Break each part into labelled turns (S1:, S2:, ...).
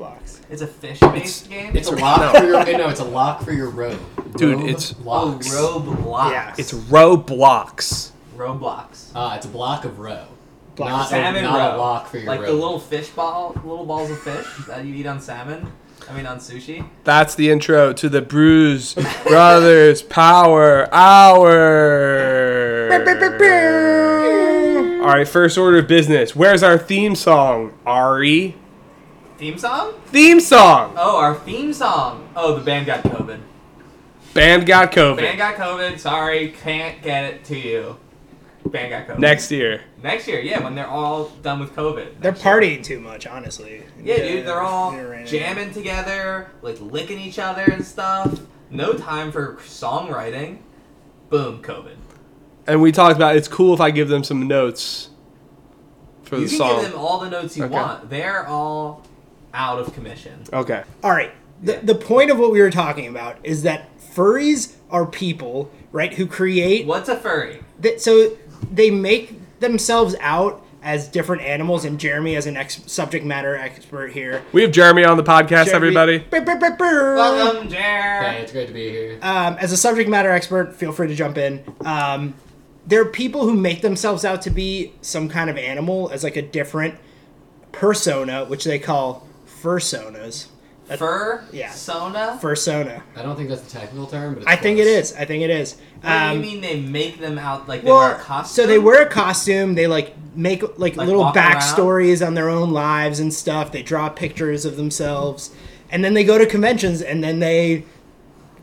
S1: blocks.
S2: It's a fish-based game.
S3: It's a lock for your no. It's a lock for your robe,
S4: Dude,
S3: Robe
S4: it's-
S2: oh,
S3: locks.
S2: Roblox.
S1: Yeah.
S4: It's Roblox.
S2: Roblox.
S3: Ah, it's a block of roe.
S1: Block
S3: not
S1: of
S3: a,
S2: salmon
S3: not
S2: roe.
S3: a lock for your
S2: Like
S3: roe.
S2: the little fish ball, little balls of fish that you eat on salmon. I mean on sushi.
S4: That's the intro to the Bruise Brothers Power Hour. All right, first order of business. Where's our theme song, Ari?
S2: Theme song?
S4: Theme song.
S2: Oh, our theme song. Oh, the band got COVID.
S4: Band got
S2: Band
S4: COVID.
S2: got COVID. Sorry, can't get it to you. Band got COVID.
S4: Next year.
S2: Next year, yeah, when they're all done with COVID.
S1: They're
S2: Next year.
S1: partying too much, honestly.
S2: Yeah, dude, they're all
S1: right.
S2: jamming together, like licking each other and stuff. No time for songwriting. Boom, COVID.
S4: And we talked about it's cool if I give them some notes for
S2: You
S4: the
S2: can
S4: song.
S2: give them all the notes you
S4: Okay.
S2: want. They're all out of commission.
S4: okay.
S1: All right. The,
S2: Yeah.
S1: the point of what we were talking about is that furries are people, right, who create.
S2: What's a furry?
S1: That, so they make themselves out as different animals, and Jeremy, as an ex- subject matter expert here.
S4: We have Jeremy on the podcast,
S1: Jeremy-
S4: everybody.
S1: Brr, brr, brr, brr.
S2: Welcome, Jer.
S3: Hey, it's great to be here.
S1: um, as a subject matter expert, feel free to jump in. Um, there are people who make themselves out to be some kind of animal as like a different persona, which they call fursonas.
S2: Fur.
S1: Yeah.
S2: Sona.
S1: Fursona.
S3: I don't think that's the technical term, but it's
S1: I think it
S3: close.
S1: is. I think it is.
S2: What do
S1: Um,
S2: you mean they make them out like they
S1: well,
S2: wear a costume?
S1: so they wear a costume. They like make like,
S2: Like,
S1: little
S2: walk around?
S1: backstories on their own lives and stuff. They draw pictures of themselves, and then they go to conventions, and then they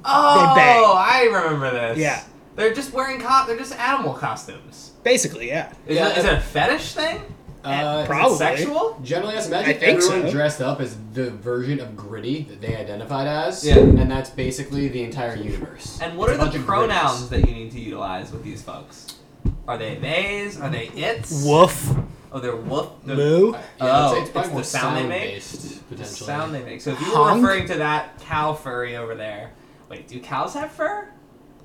S2: Oh,
S1: They bang.
S2: I remember this.
S1: Yeah.
S2: They're just wearing co- They're just animal costumes.
S1: basically, yeah,
S2: Is,
S3: Yeah.
S2: that, is it a fetish thing?
S3: Uh,
S1: Probably.
S2: Sexual?
S3: Generally, as
S1: I
S3: imagine
S1: think
S3: everyone
S1: so.
S3: dressed up as the version of gritty that they identified as,
S2: Yeah.
S3: and that's basically the entire universe.
S2: And what
S3: It's a
S2: are
S3: bunch
S2: the
S3: of
S2: pronouns
S3: gritties.
S2: that you need to utilize with these folks? Are they theys? Are they its?
S1: woof,
S2: Oh, they're woof. the-
S1: moo.
S3: Yeah,
S2: Oh,
S3: it's, it's probably
S2: it's the
S3: more
S2: sound they
S3: sound
S2: make?
S3: based
S2: the
S3: potentially.
S2: sound they make. So if you were
S1: Honk?
S2: referring to that cow furry over there, wait, do cows have fur?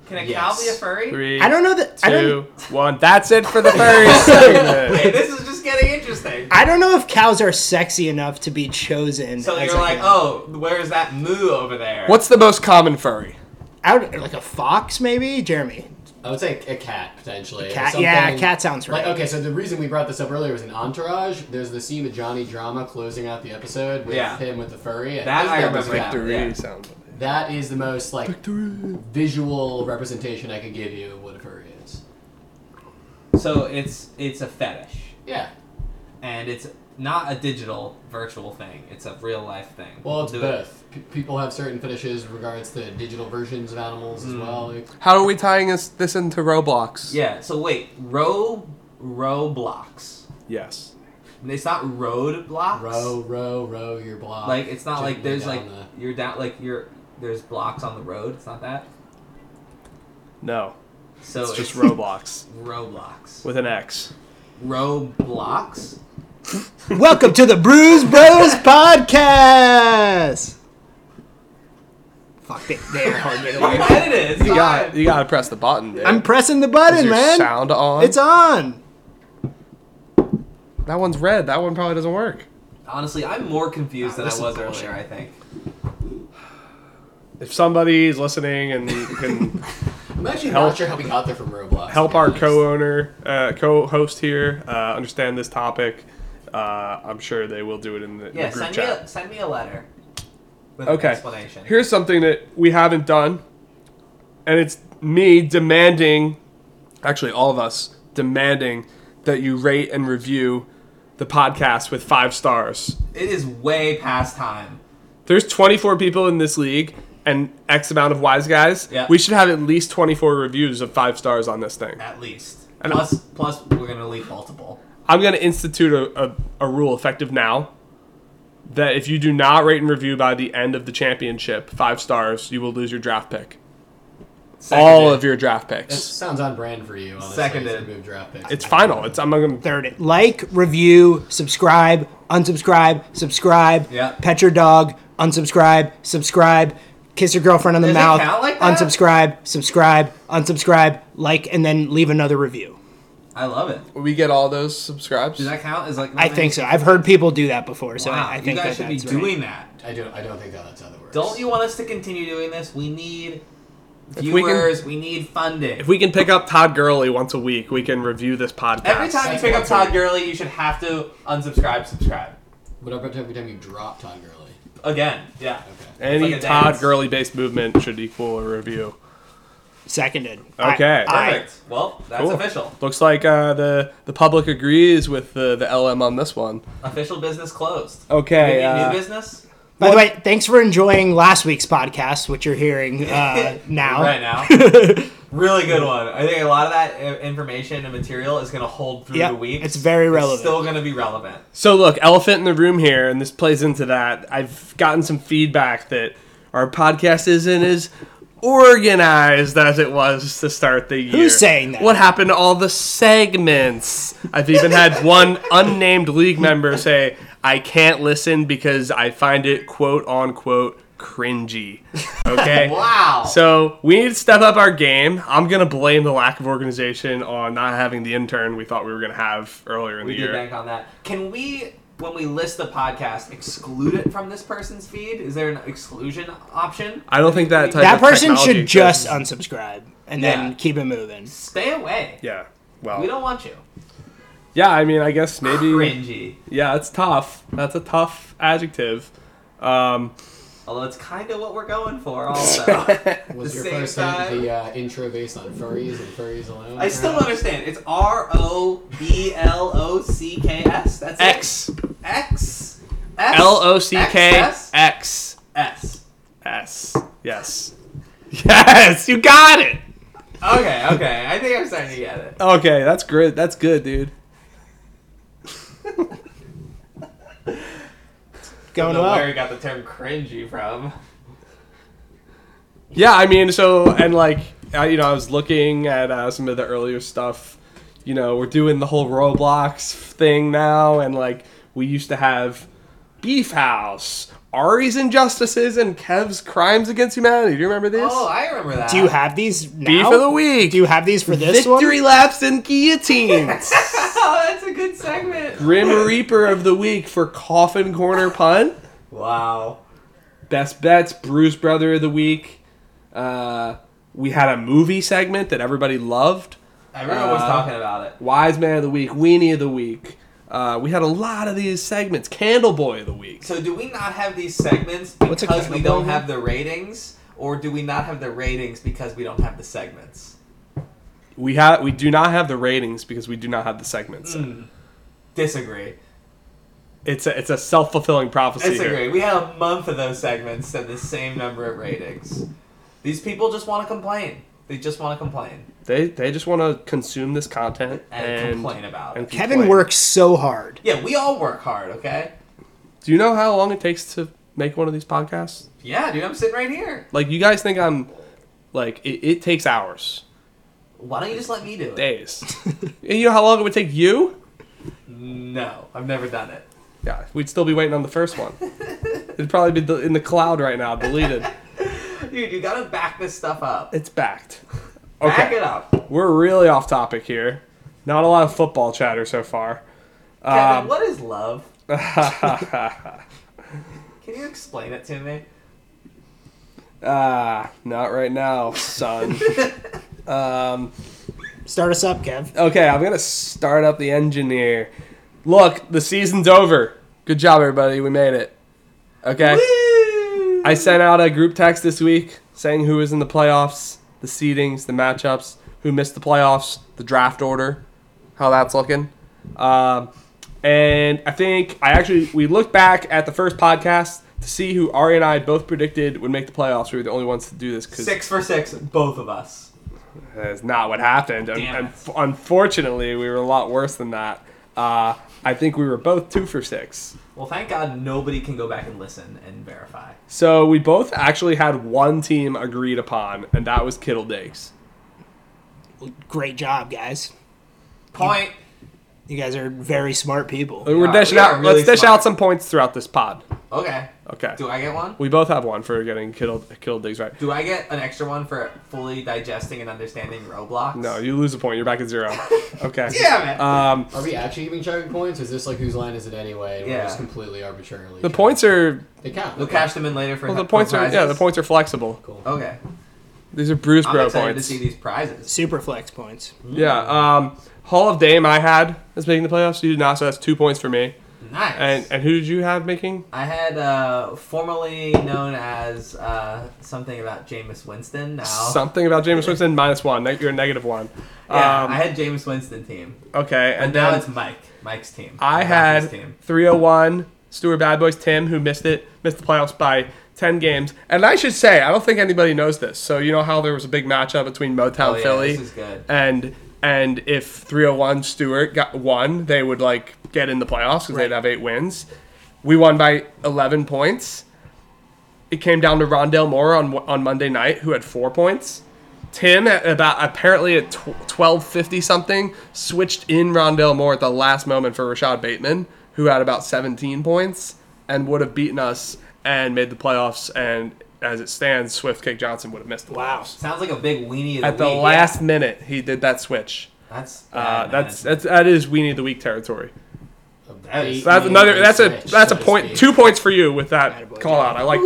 S2: Can a cow be a
S3: Yes.
S2: furry?
S4: Three,
S1: I don't know that. I don't,
S4: two, one. That's it for the first segment.
S2: Wait, this is just getting interesting.
S1: I don't know if cows are sexy enough to be chosen.
S2: So
S1: as
S2: you're like, oh, where's that moo over there?
S4: What's the most common furry?
S1: out like a fox, maybe Jeremy.
S3: I would say a cat potentially. or
S1: Cat, yeah,
S3: something-
S1: cat sounds right.
S3: Like, okay, so the reason we brought this up earlier was in Entourage. There's the scene of Johnny Drama closing out the episode with
S2: Yeah.
S3: him with the furry. and
S2: That
S3: his
S2: I
S3: name was
S2: remember.
S3: Cat.
S2: Victory Yeah.
S4: sounds.
S3: That is the most like visual representation I could give you of what a furry is.
S2: So it's it's a fetish,
S3: Yeah.
S2: and it's not a digital virtual thing. It's a real life thing.
S3: Well, it's
S2: Do it.
S3: both. P- people have certain fetishes in regards to digital versions of animals
S2: Mm.
S3: as well.
S4: How are we tying this, this into Roblox?
S2: Yeah. So wait, row row blocks.
S4: Yes.
S2: It's not road blocks.
S3: Row, row, row your block.
S2: Like it's not like
S3: gently
S2: there's like
S3: down
S2: you're down like you're there's blocks on the road. It's not that.
S4: No.
S2: So
S4: It's just Roblox
S2: Roblox.
S4: with an X.
S2: Roblox.
S1: Welcome to the Bruise Bros podcast. Fuck, they, they are hard to
S2: You
S1: believe.
S2: had it. It's
S4: You got.
S2: fine.
S4: You gotta press the button, dude.
S1: I'm pressing the
S4: Is
S1: button,
S4: your
S1: man.
S4: Sound on.
S1: It's on.
S4: that one's red. That one probably doesn't work.
S2: Honestly, I'm more confused than I
S3: This is
S2: was
S3: bullshit.
S2: earlier. I think.
S4: If somebody's listening and can
S3: the- I'm actually
S4: help-
S3: not sure how we got there from Roblox.
S4: help
S3: to be
S4: our
S3: honest.
S4: co-owner, uh, co-host here, uh, understand this topic, uh, I'm sure they will do it in the, the
S2: Yeah.
S4: group
S2: Send me
S4: chat.
S2: a, send me a letter. With an
S4: Okay.
S2: explanation.
S4: Here's something that we haven't done, and it's me demanding, actually, all of us demanding that you rate and review the podcast with five stars.
S2: It is way past time.
S4: There's 24 people in this league and X amount of wise guys.
S2: Yeah.
S4: We should have at least 24 reviews of five stars on this thing.
S2: At least.
S4: And-
S2: plus, plus we're gonna leave multiple.
S4: I'm going to institute a, a, a rule effective now that if you do not rate and review by the end of the championship, five stars, you will lose your draft pick. All of your draft picks.
S3: That sounds on brand for you. Honestly,
S2: Seconded.
S3: to remove draft picks.
S4: It's final. It's I'm gonna.
S1: Third it. Like, review, subscribe, unsubscribe, subscribe,
S2: Yeah.
S1: pet your dog, unsubscribe, subscribe, kiss your girlfriend on the
S2: Does it
S1: mouth,
S2: count like that?
S1: unsubscribe, subscribe, unsubscribe, like, and then leave another review.
S2: I love it.
S4: We get all those subscribes.
S2: Does that count as like?
S1: I think so. I've heard people do that before, so
S2: Wow,
S1: I think
S2: you guys
S1: that
S2: should be
S1: that's right.
S2: doing that.
S3: I don't. I don't think that that's how that works.
S2: Don't you want us to continue doing this? We need
S4: we can-
S2: viewers. We, need funding.
S4: If we can pick up Todd Gurley once a week, we can review this podcast.
S2: Every time you
S3: That's
S2: pick up
S3: what I'm
S2: Todd Gurley, you should have to unsubscribe, subscribe
S3: What about every time you drop Todd Gurley?
S2: again. Yeah.
S3: Okay.
S4: Any
S2: It's like a
S4: Todd
S2: dance.
S4: Gurley based movement should equal a review.
S1: Seconded.
S4: Okay.
S1: I, I,
S2: Perfect. Well, that's
S4: Cool.
S2: official.
S4: Looks like uh, the the public agrees with the, the LM on this one.
S2: Official business closed.
S4: Okay.
S2: Any
S4: uh,
S2: new business
S1: by the way, thanks for enjoying last week's podcast, which you're hearing uh, now.
S2: right now. really good one. I think a lot of that uh, information and material is going to hold through
S1: Yeah,
S2: the week.
S1: it's very relevant.
S2: still going to be relevant.
S4: so look, elephant in the room here, and this plays into that. I've gotten some feedback that our podcast isn't as organized as it was to start the year.
S1: saying that?
S4: What happened to all the segments? I've even had one unnamed league member say, "I can't listen because I find it quote unquote cringy." Okay.
S2: Wow.
S4: So we need to step up our game. I'm gonna blame the lack of organization on not having the intern we thought we were gonna have earlier in
S2: we
S4: the
S2: did
S4: year.
S2: bank on that. Can we, when we list the podcast, exclude it from this person's feed? Is there an exclusion option?
S4: I don't think that type
S1: That
S4: of
S1: person
S4: technology
S1: should just
S4: exists.
S1: unsubscribe and
S2: Yeah.
S1: then keep it moving.
S2: Stay away.
S4: yeah.
S2: We
S4: Well.
S2: don't want you.
S4: Yeah. I mean, I guess maybe.
S2: Cringy.
S4: Yeah, it's tough. That's a tough adjective. Um,
S2: Although it's kind of what we're going for, also.
S3: Was
S2: The
S3: your
S2: same
S3: first
S2: time.
S3: time the uh, intro based on furries and furries alone?
S2: I still don't understand. It's R O B L O C K S. That's
S4: X
S2: It. X. X.
S4: L O C K
S2: X. S.
S4: X
S2: S.
S4: S. Yes. Yes, you got it.
S2: Okay, okay. I think I'm starting to get it.
S4: Okay, that's good. That's good, dude.
S1: Going
S2: Don't know where
S1: well.
S2: he got the term cringy from.
S4: Yeah, I mean, so and like I, you know, I was looking at uh, some of the earlier stuff. You know, we're doing the whole Roblox thing now, and like we used to have Beef House, Ari's Injustices, and Kev's Crimes Against Humanity. Do you remember this?
S2: Oh, I remember that.
S1: Do you have these now?
S4: Beef of the week.
S1: Do you have these for this
S4: Victory
S1: one?
S4: laps and guillotines.
S2: Oh, that's a good segment.
S4: Grim Reaper of the week for coffin corner punt.
S2: Wow.
S4: Best bets, Bruce Brother of the week. Uh, we had a movie segment that everybody loved.
S2: Everyone was
S4: Uh,
S2: talking about it.
S4: Wise Man of the Week, Weenie of the Week. Uh, we had a lot of these segments. Candle Boy of the Week.
S2: So, do we not have these segments
S1: What's a
S2: because we
S1: cannibal
S2: don't
S1: again?
S2: have the ratings, or do we not have the ratings because we don't have the segments?
S4: We have we do not have the ratings because we do not have the segments.
S2: Hmm. Disagree.
S4: It's a it's a self fulfilling prophecy
S2: It's a
S4: here.
S2: great. We had a month of those segments and the same number of ratings. These people just want to complain. They just want to complain
S4: They they just want to consume this content
S2: and,
S4: and,
S2: complain about
S4: and
S2: it.
S1: Kevin
S4: complain.
S1: works so hard.
S2: Yeah, we all work hard, okay?
S4: Do you know how long it takes to make one of these podcasts?
S2: Yeah, dude, I'm sitting right here.
S4: Like you guys think I'm like it, it takes hours,
S2: Why don't you just let me do it?
S4: days. and you know how long it would take you?
S2: No, I've never done it.
S4: Yeah, we'd still be waiting on the first one. It'd probably be the, in the cloud right now, deleted.
S2: Dude, you gotta back this stuff up.
S4: It's backed.
S2: Back
S4: Okay,
S2: it up. Kevin,
S4: we're really off topic here. Not a lot of football chatter so far. Um,
S2: what is love? Can you explain it to me?
S4: Ah, not right now, son. um,
S1: Start us up, Kev.
S4: okay, I'm gonna start up the engine here. Look, the season's over. Good job, everybody. We made it. Okay.
S2: Woo!
S4: I sent out a group text this week saying who was in the playoffs, the seedings, the matchups, who missed the playoffs, the draft order, how that's looking. Um, and I think I actually we looked back at the first podcast to see who Ari and I both predicted would make the playoffs. We were the only ones to do this because
S2: Six for six, both of us.
S4: that's not what happened. Un-
S2: Oh, Damn it.
S4: un- unfortunately, we were a lot worse than that. Uh, I think we were both two for six.
S2: Well, thank God nobody can go back and listen and verify.
S4: So we both actually had one team agreed upon, and that was Kittle Diggs.
S1: Great job, guys.
S2: Point.
S1: You guys are very smart people.
S4: Uh, We're
S2: Yeah,
S4: dishing
S2: we
S4: out.
S2: are really
S4: let's dish
S2: smart.
S4: out some points throughout this pod.
S2: Okay.
S4: Okay.
S2: Do I get one?
S4: We both have one for getting killed killed digs right.
S2: Do I get an extra one for fully digesting and understanding Roblox?
S4: No, you lose a point. You're back at zero. Okay.
S2: Damn it.
S4: Um,
S3: Are we actually giving tracking points? Is this like whose line is it anyway? And
S2: Yeah.
S3: We're just completely arbitrarily.
S4: the points are
S3: They count.
S2: We'll cash them in later for
S4: well, the
S2: for
S4: points are yeah,
S2: prizes.
S4: the points are flexible.
S3: Cool.
S2: Okay.
S4: These are Bruce
S2: I'm
S4: Bro
S2: excited
S4: points.
S2: to see these prizes.
S1: Super flex points.
S4: Yeah. Um, Hall of Dame I had as making the playoffs. You did not, so that's two points for me.
S2: Nice.
S4: And and who did you have making?
S2: I had uh, formerly known as uh, something about Jameis Winston. Now,
S4: Something about James Winston minus one. Ne- you're a negative one.
S2: yeah,
S4: um,
S2: I had Jameis Winston team,
S4: okay,
S2: and
S4: and
S2: now
S4: then
S2: it's Mike, Mike's team.
S4: I
S2: Rocky's
S4: had
S2: team.
S4: 301 Stuart Bad Boys Tim, who missed it, missed the playoffs by 10 games. And I should say, I don't think anybody knows this. So you know how there was a big matchup between Motown
S2: Oh, yeah,
S4: Philly
S2: this is good.
S4: and and if 301 Stewart got won, they would like get in the playoffs because
S1: Right.
S4: they'd have eight wins. We won by 11 points. It came down to Rondell Moore on on Monday night, who had four points. Tim at about apparently at twelve fifty something switched in Rondell Moore at the last moment for Rashad Bateman, who had about seventeen points and would have beaten us and made the playoffs. And as it stands, Swift Kick Johnson would have missed the
S1: Wow.
S4: playoffs.
S2: Sounds like a big weenie of the
S4: At the
S2: week.
S4: last minute, he did that switch.
S2: That's
S4: Uh,
S2: bad management.
S4: that's that's that is weenie of the week territory.
S2: That is-
S4: So that's another. That's a that's a point. Two points for you with that
S1: Attaboy.
S4: call out. I like that.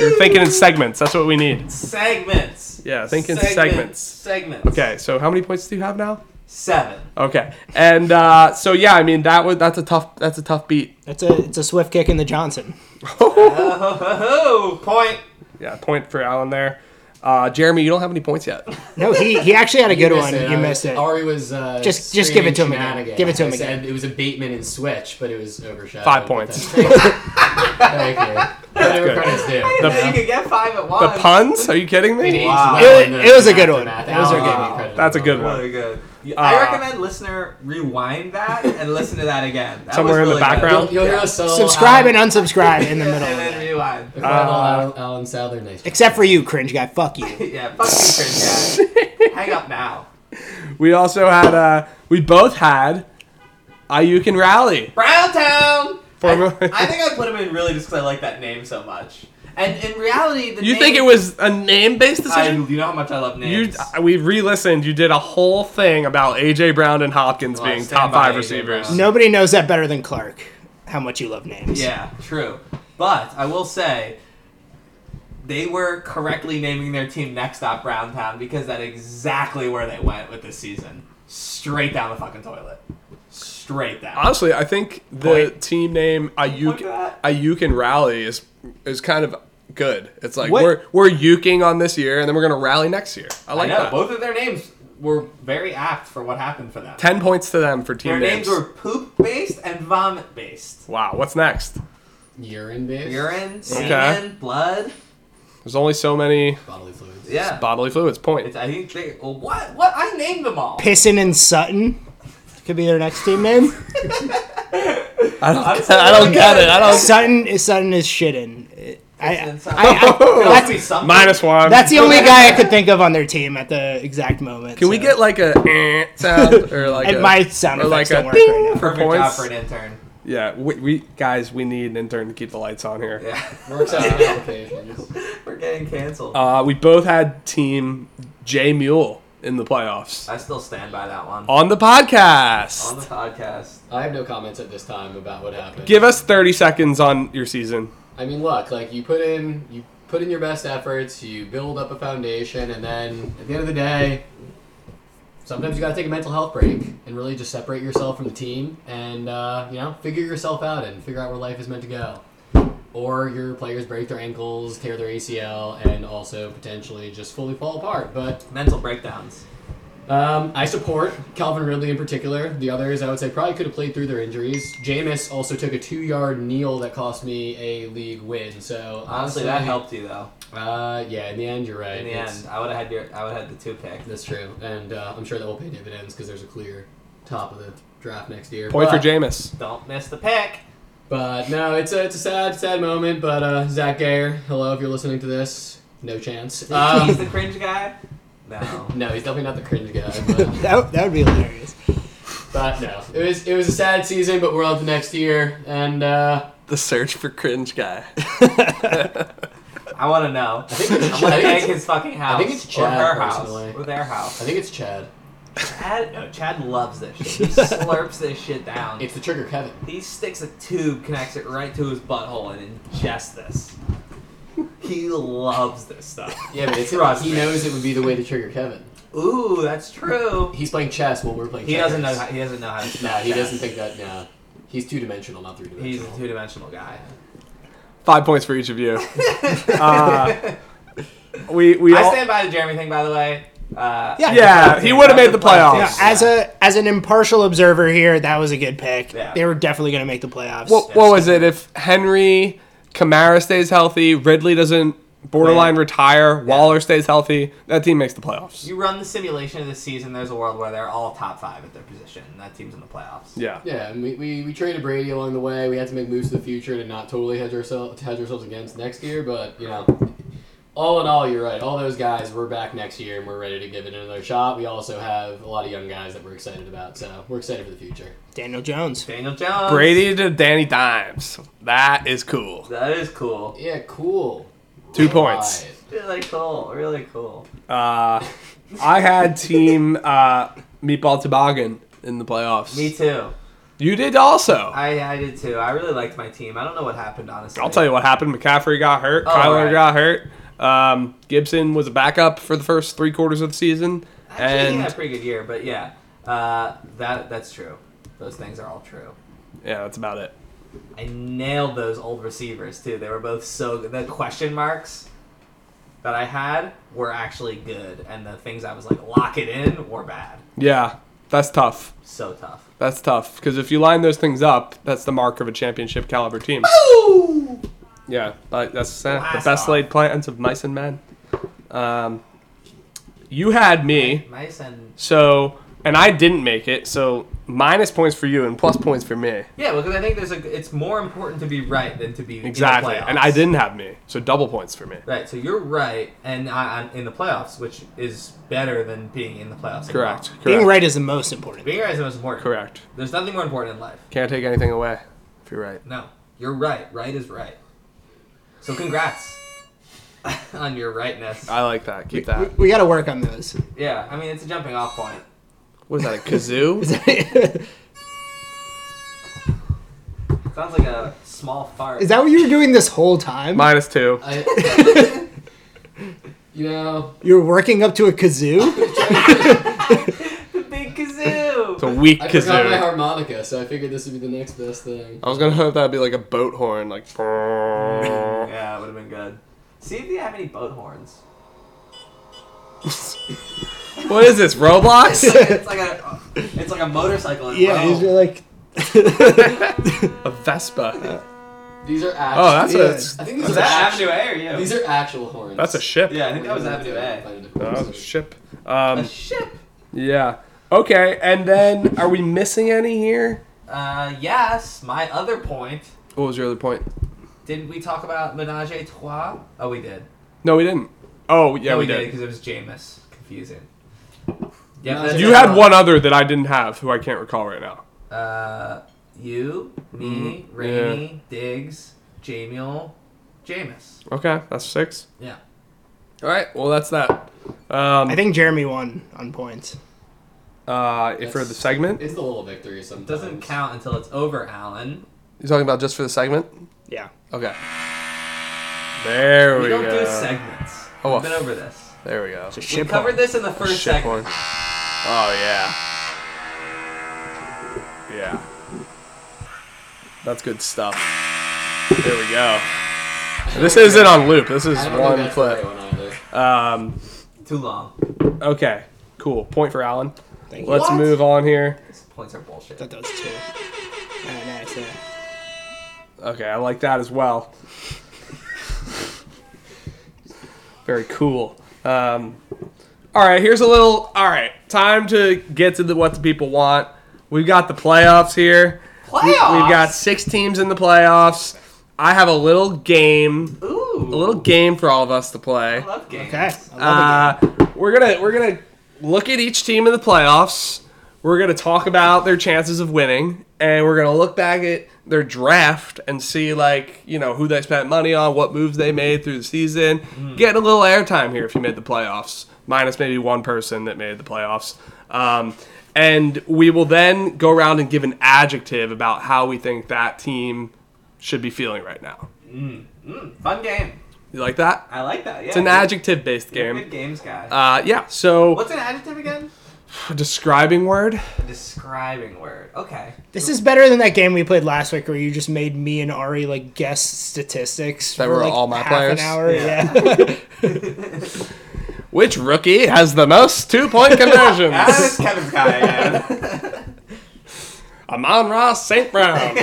S2: Woo!
S4: You're thinking in segments. That's what we need.
S2: segments.
S4: Yeah, think in segments.
S2: Segments.
S4: Okay, so how many points do you have now?
S2: Seven.
S4: Okay, and uh, so yeah, I mean that was that's a tough that's a tough beat.
S1: That's a it's a swift kick in the Johnson.
S2: Oh, ho, ho, ho, point.
S4: Yeah, point for Alan there. Uh, Jeremy, you don't have any points yet.
S1: No, he he actually had a good
S3: You
S1: one.
S3: missed it.
S1: You
S3: I-
S1: missed it.
S3: Ari was uh,
S1: Just- just give it to him again.
S3: shenanigans.
S1: Give it to him
S3: I
S1: again.
S3: said It was a Bateman and switch, but it was overshadowed.
S4: Five
S3: but
S4: points.
S3: that's- Thank you. Whatever
S4: good.
S3: credits due.
S2: I
S3: you
S2: didn't
S3: know?
S2: think you could get five at
S4: The
S2: once.
S4: puns? Are you kidding
S3: It
S4: me?
S3: is
S2: Wow.
S3: well
S1: It-
S3: in the
S1: it was a good one.
S3: aftermath.
S1: It was a good
S3: I'll give
S1: one.
S3: you credit
S4: That's a
S3: for
S4: good
S3: that.
S4: one.
S2: Really good. I
S4: Uh,
S2: recommend listener rewind that and listen to that again. That
S4: Somewhere
S2: was
S4: in
S2: really
S4: the
S2: good.
S4: background.
S3: You'll, you'll hear a
S2: Oh,
S3: solo
S1: Subscribe and
S3: Alan,
S1: unsubscribe in the
S2: Yeah,
S1: middle. Of
S2: and then
S1: that.
S2: rewind.
S4: Ah.
S3: a couple Alan,
S2: Uh,
S3: Alan Sadler nice.
S1: Except for you, cringe guy. Fuck you.
S2: Yeah, fuck you, Chris. Hang up now.
S4: We also had uh, we both had Ayuk and Rally.
S2: Brown Town.
S4: Former-
S2: I, I think I put him in really just because I like that name so much. And in reality, the
S4: You
S2: name,
S4: think it was a name based
S2: I,
S4: decision?
S2: you know how much I love
S4: You uh,
S2: names.
S4: we re-listened. You did a whole thing about AJ Brown and Hopkins
S2: Oh, I
S4: being
S2: stand
S4: top
S2: by
S4: five
S2: A.J.
S4: receivers.
S2: Brown.
S1: Nobody knows that better than Clark. How much you love names.
S2: yeah, true. But I will say, they were correctly naming their team next stop Brown Town because that's exactly where they went with this season. Straight down the fucking toilet. Straight down.
S4: Honestly, I think the
S2: Point.
S4: team name
S2: Point
S4: Ayuk
S2: to that.
S4: Ayuk and Rally is is kind of good. It's like
S1: What-
S4: we're we're yuking on this year, and then we're gonna rally next year. I
S2: I
S4: like
S2: know
S4: that.
S2: both of their names were very apt for what happened for them.
S4: Ten points to them for team
S2: Their
S4: names.
S2: names were poop based and vomit based.
S4: wow, what's next?
S3: Urine based.
S2: Urine, semen,
S4: Okay.
S2: blood.
S4: There's only so many
S3: Bodily fluids.
S2: Yeah.
S4: bodily fluids. Point.
S2: It's, I think they. Well, what? What? I named them all.
S1: Pissin and Sutton could be their next team name.
S4: I don't.
S2: I'm
S4: I don't
S2: sorry.
S4: get it. I don't.
S1: Sutton is Sutton is shitting. I,
S2: Oh. Pissin
S1: I,
S2: and Sutton. Oh.
S1: I-
S2: Must be
S1: that's,
S2: something.
S4: Minus one.
S1: that's the only guy I could think of on their team at the exact moment.
S4: Can we
S1: so.
S4: get like a eh sound or like
S1: And
S4: a,
S1: my sound
S4: or like
S1: effects don't
S4: a
S1: work right now.
S4: for
S2: perfect job
S4: points?
S2: for an intern.
S4: Yeah, we, we guys, we need an intern to keep the lights on here.
S2: Yeah.
S3: Works out on applications.
S2: We're getting
S3: Oh.
S2: canceled.
S4: Uh, we both had team J Mule in the playoffs
S2: I still stand by that one
S3: Oh.
S4: on the podcast.
S2: on the podcast.
S3: I have no comments at this time about what happened.
S4: Give us 30 seconds on your season.
S3: I mean, look, like you put in, you put in your best efforts, you build up a foundation, and then at the end of the day, sometimes you gotta take a mental health break and really just separate yourself from the team and uh, you know figure yourself out and figure out where life is meant to go. Or your players break their ankles, tear their ACL, and also potentially just fully fall apart. But
S2: Mental breakdowns.
S3: um, I support Calvin Ridley in particular. The others, I would say, probably could have played through their injuries. Jameis also took a two-yard kneel that cost me a league win. So
S2: Honestly, that helped you though.
S3: Uh, yeah, in the end, you're right.
S2: In the
S3: It's-
S2: end, I would have had your. I would have had the two pick.
S3: that's true, and uh, I'm sure that will pay dividends because there's a clear top of the draft next year.
S4: Point for
S3: But-
S4: Jameis.
S2: Don't miss the pick.
S3: But no, it's a it's a sad sad moment. But uh, Zach Gayer, hello, if you're listening to this, no chance.
S2: He's
S3: Um,
S2: the cringe guy. No.
S3: no, he's definitely not the cringe guy. But,
S1: That, that would be hilarious.
S3: But no, it was it was a sad season, but we're on to next year, and uh,
S5: The search for cringe guy.
S2: I want to know.
S3: I think it's
S2: I'm gonna
S3: Chad.
S2: egg his fucking house.
S3: I think it's
S2: or
S3: Chad,
S2: her
S3: personally.
S2: house or their house.
S3: I think it's Chad.
S2: Chad, no, Chad loves this shit. He slurps this shit down.
S3: It's the trigger Kevin.
S2: He sticks a tube, connects it right to his butthole, and ingests this. He loves this stuff.
S3: Yeah, but it's
S2: Trust
S3: he
S2: me.
S3: knows it would be the way to trigger Kevin.
S2: Ooh, that's true.
S3: He's playing chess while we're playing.
S2: He doesn't know.
S3: checkers.
S2: How, he doesn't know how to.
S3: No,
S2: spell
S3: he
S2: chess.
S3: doesn't think that. No, he's two dimensional, not three
S2: He's
S3: dimensional.
S2: a two-dimensional guy.
S4: Five points for each of you. Uh, we we
S2: I
S4: all,
S2: stand by the Jeremy thing, by the way. Uh,
S1: Yeah.
S4: yeah. He would have made the
S1: Yeah,
S4: playoffs.
S1: as a as an impartial observer here, that was a good pick.
S2: Yeah.
S1: They were definitely going to make the playoffs.
S4: What, what was it? If Henry Kamara stays healthy, Ridley doesn't borderline retire, Waller stays healthy, that team makes the playoffs.
S2: You run the simulation of this season. There's a world where they're all top five at their position, and that team's in the playoffs.
S4: Yeah.
S3: Yeah, and we, we, we traded Brady along the way. We had to make moves to the future to not totally hedge ourselves hedge ourselves against next year, but you know, all in all, you're right. All those guys we're back next year and we're ready to give it another shot. We also have a lot of young guys that we're excited about, so we're excited for the future.
S1: Daniel Jones.
S2: Daniel Jones.
S4: Brady to Danny Dimes. That is cool.
S2: That is cool.
S3: Yeah, cool.
S4: Two points.
S2: Really cool. Really cool.
S4: Uh, I had team uh, Meatball Toboggan in the playoffs.
S2: Me too.
S4: You did also.
S2: I, I did too. I really liked my team. I don't know what happened honestly.
S4: I'll tell you what happened. McCaffrey got hurt.
S2: Oh,
S4: Kyler
S2: right.
S4: got hurt. Um, Gibson was a backup for the first three quarters of the season.
S2: Actually, he
S4: and
S2: had a pretty good year, but yeah, uh, that that's true. Those things are all true.
S4: yeah, that's about it.
S2: I nailed those old receivers too. They were both so good. The question marks that I had were actually good, and the things I was like lock it in were bad.
S4: Yeah, that's tough.
S2: So tough.
S4: That's tough because if you line those things up, that's the mark of a championship caliber team. Yeah, but that's uh, the
S2: Blast
S4: best
S2: off.
S4: laid plans of mice and men. Um, you had me,
S2: Nice and
S4: so and I didn't make it. So minus points for you and plus points for me.
S2: yeah, because I think there's a. It's more important to be right than to be in the
S4: Exactly, and I
S2: playoffs.
S4: didn't have me, so double points for me.
S2: Right, so you're right, and I, I'm in the playoffs, which is better than being in the playoffs. at all.
S4: Correct. Correct.
S1: Being right is the most important.
S2: Being right is the most important.
S4: Correct.
S2: There's nothing more important in life.
S4: Can't take anything away if you're right.
S2: No, you're right. Right is right. So congrats on your rightness.
S4: I like that. Keep
S1: We,
S4: that.
S1: we got to work on those.
S2: Yeah, I mean it's a jumping off point.
S4: What is that? A kazoo?
S1: is
S2: Sounds like a small fart.
S1: that what you were doing this whole time?
S4: minus two.
S3: I, you know,
S1: you were working up to a kazoo?
S2: the big kazoo?
S4: It's a weak
S3: I
S4: kazoo.
S3: forgot my harmonica, so I figured this would be the next best thing.
S4: I was gonna hope that'd be like a boat horn, like.
S2: yeah, it would have been good. See if you have any boat horns.
S4: what is this, Roblox?
S2: It's like a, it's like a motorcycle. In
S1: yeah,
S2: Rome.
S1: it's like
S4: a Vespa.
S3: These are actual.
S4: Oh, that's
S1: Yeah.
S4: a that's,
S3: I think these
S2: was
S3: are
S2: that
S3: actual,
S2: Avenue A or you?
S3: these are actual horns.
S4: that's a ship.
S2: yeah, I think that was Avenue A.
S4: Oh, ship.
S2: A
S4: Um,
S2: ship.
S4: yeah. Okay, and then are we missing any here?
S2: Uh, yes. My other point.
S4: What was your other point?
S2: Didn't we talk about Menage a Trois? Oh, we did.
S4: No, we didn't. Oh, yeah,
S2: no,
S4: we,
S2: did
S4: did.
S2: because it was Jameis. Confusing. Yeah,
S3: Menage a
S2: that's-
S4: You had one other that I didn't have, who I can't recall right now.
S2: Uh, you, me,
S4: Mm,
S2: Rainey, Diggs, Jamiel, Jameis.
S4: Okay, that's six.
S2: Yeah.
S4: All right. Well, that's that. Um,
S1: I think Jeremy won on points.
S4: uh, for the
S3: That's-
S4: segment,
S3: It's the little victory sometimes.
S2: Doesn't count until it's over, Alan.
S4: you're talking about just for the segment.
S1: Yeah.
S4: Okay. There we,
S2: We don't
S4: go.
S2: do segments.
S4: Oh, well.
S2: We've been over this.
S4: there we go.
S1: It's a
S2: We
S1: ship.
S2: covered
S1: horn.
S2: this in the first
S4: Shit
S2: segment.
S4: porn. Oh yeah. Yeah. That's good stuff. There we go. This isn't on loop. This is
S3: I don't think
S4: one
S3: that's the right
S4: clip.
S3: one either.
S4: Um,
S2: Too long.
S4: okay. Cool. Point for Alan.
S1: Thank you.
S4: Let's
S2: What?
S4: move on here.
S2: These points are bullshit.
S1: That does too. Alright, nice, yeah.
S4: Okay, I like that as well. Very cool. Um, all right, here's a little. All right, time to get to the what the people want. We've got the playoffs here.
S2: Playoffs.
S4: We've got six teams in the playoffs. I have a little game,
S2: Ooh.
S4: a little game for all of us to play.
S2: I love games.
S1: Okay. I love
S4: Uh, we're gonna we're gonna look at each team in the playoffs. We're gonna talk about their chances of winning, and we're gonna look back at their draft and see like you know who they spent money on, what moves they made through the season. Getting a little airtime here if you made the playoffs, minus maybe one person that made the playoffs. Um, and we will then go around and give an adjective about how we think that team should be feeling right now.
S2: Mm, Fun game.
S4: You like that?
S2: I like that. Yeah.
S4: It's an adjective based
S2: You're a good
S4: game.
S2: games guy.
S4: Uh, yeah. So
S2: What's an adjective again?
S4: a describing word.
S2: A describing word. Okay.
S1: This is better than that game we played last week where you just made me and Ari like guess statistics
S4: That
S1: for
S4: were
S1: like
S4: all my
S1: half
S4: players?
S1: An hour.
S2: Yeah.
S1: Yeah.
S4: Which rookie has the most two point
S2: That
S4: conversions?
S2: is Kevin's guy again.
S4: Amon Ross St. Brown.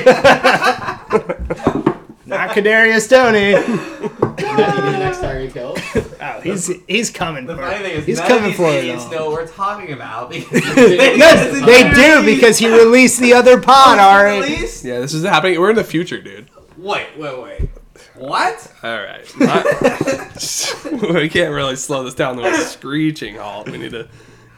S1: Not Kadarius Tony.
S3: Not even the next Tyreek Hill.
S1: Oh, he's he's coming.
S2: The
S1: for
S2: funny
S1: it.
S2: thing is,
S1: he's
S2: none
S1: coming
S2: of these
S1: for it.
S2: idiots
S1: all.
S2: know what we're talking about because
S1: Yes, they do because he released the other pod, Ari.
S2: Released?
S4: Yeah, this is happening. We're in the future, dude.
S2: Wait, wait, wait. What?
S4: All right. Not- we can't really slow this down to a screeching halt. We need to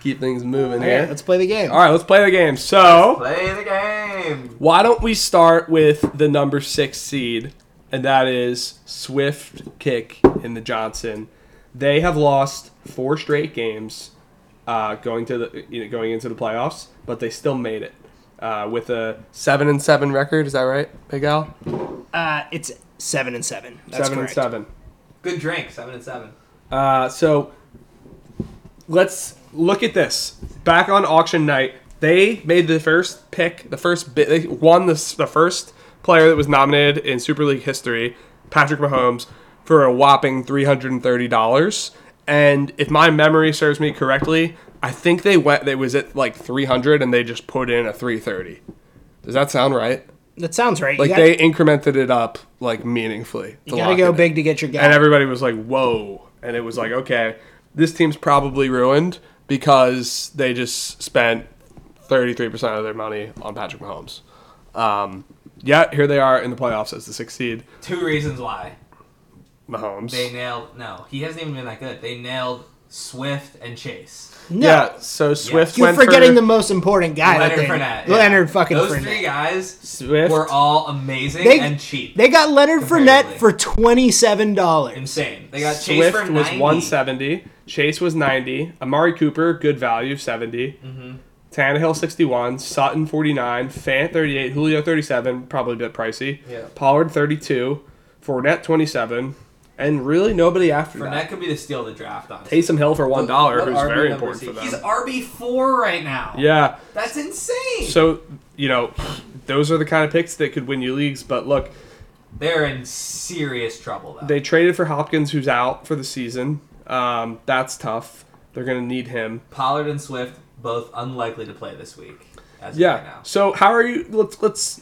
S4: keep things moving
S1: Yeah,
S4: here.
S1: let's play the game.
S4: All right, let's play the game. So,
S2: Play the game.
S4: why don't we start with the number six seed, and that is Swift Kick in the Johnson. They have lost four straight games uh, going to the you know, going into the playoffs, but they still made it uh, with a seven and seven record. Is that right, Big Al?
S1: Uh, it's seven and seven. That's
S4: seven
S1: correct.
S4: and seven.
S2: Good drink. Seven and seven.
S4: Uh, so let's look at this. Back on auction night, they made the first pick, the first bid, they won the, the first player that was nominated in Super League history, Patrick Mahomes, for a whopping $330. And if my memory serves me correctly, I think they went, they was at like 300 and they just put in a 330. Does that sound right?
S1: That sounds right.
S4: Like
S1: you got,
S4: they incremented it up like meaningfully.
S1: you gotta go big to get your guy.
S4: And everybody was like, whoa. And it was like, okay, this team's probably ruined because they just spent 33% of their money on Patrick Mahomes. Um, yet, here they are in the playoffs as the sixth seed.
S2: Two reasons why
S4: Mahomes.
S2: they nailed. No, he hasn't even been that good. They nailed Swift and Chase.
S1: no,
S4: Yeah, so Swift
S1: you're
S4: went
S1: forgetting
S4: for
S1: the most important guy. that
S2: Leonard
S1: they-
S2: Fournette. yeah.
S1: Leonard fucking
S2: Those
S1: Fournette.
S2: three guys
S4: Swift.
S2: were all amazing
S1: They-
S2: and cheap.
S1: They got Leonard Fournette
S2: Comparatively.
S1: for twenty seven dollars.
S2: Insane. They got Chase
S4: Swift
S2: for
S4: was
S2: 90.
S4: 170. Chase was 90. Amari Cooper, good value, 70.
S2: Mm-hmm.
S4: Tannehill, 61. Sutton, 49. Fant, 38. Julio, 37. Probably a bit pricey.
S2: Yeah.
S4: Pollard, 32. Fournette, 27. And really nobody after
S2: Fournette
S4: that.
S2: could be the steal of the draft. Honestly.
S4: Taysom Hill for $1,
S2: What
S4: who's
S2: RB
S4: very
S2: number is
S4: important
S2: he?
S4: for them.
S2: He's RB four right now.
S4: yeah.
S2: that's insane.
S4: So, you know, those are the kind of picks that could win you leagues. But look,
S2: They're in serious trouble though.
S4: They traded for Hopkins, who's out for the season. Um, that's tough. They're going to need him.
S2: Pollard and Swift both unlikely to play this week. As of
S4: Yeah.
S2: Right now.
S4: So how are you? Let's let's.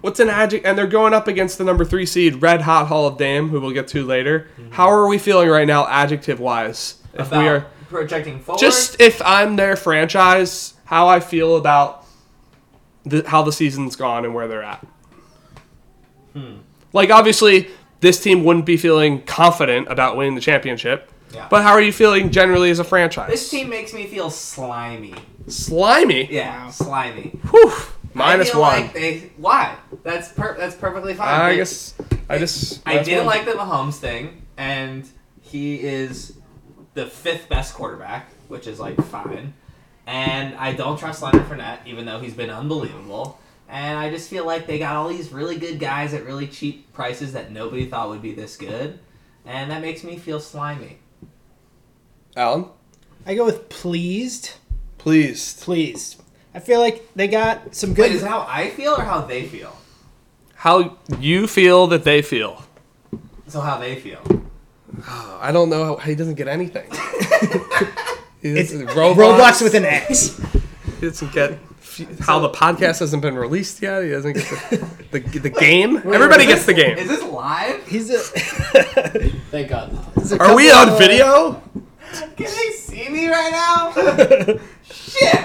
S4: What's an adjective? And they're going up against the number three seed, Red Hot Hall of Dame, who we'll get to later. How are we feeling right now, adjective wise?
S2: Mm-hmm.
S4: If
S2: About
S4: we are
S2: projecting forward,
S4: just if I'm their franchise, how I feel about the, how the season's gone and where they're at.
S2: Hmm.
S4: Like obviously, this team wouldn't be feeling confident about winning the championship.
S2: Yeah.
S4: But how are you feeling generally as a franchise?
S2: this team makes me feel slimy.
S4: slimy.
S2: Yeah, slimy.
S4: Whew, minus
S2: I feel
S4: one.
S2: Like they, why? That's per, that's perfectly fine.
S4: I
S2: They-
S4: guess I just
S2: I
S4: that's
S2: didn't
S4: one.
S2: like the Mahomes thing, and he is the fifth best quarterback, which is like fine. And I don't trust Leonard Fournette, even though he's been unbelievable. And I just feel like they got all these really good guys at really cheap prices that nobody thought would be this good, and that makes me feel slimy.
S4: Alan.
S1: I go with pleased,
S4: Please.
S1: pleased. I feel like they got some good.
S2: Wait, is that how I feel or how they feel?
S4: How you feel that they feel?
S2: So how they feel?
S4: Uh, I don't know. How, he doesn't get anything.
S1: it's
S4: it's
S1: robots with an X.
S4: He doesn't get how the podcast hasn't been released yet. He doesn't get the the, the game. Everybody
S2: Is
S4: gets the
S2: this- Is
S4: game.
S2: this live?
S1: He's a.
S3: Thank God.
S1: he's a
S4: Are we
S1: couple
S4: on
S1: of-
S4: video?
S2: Can they see me right now? Shit!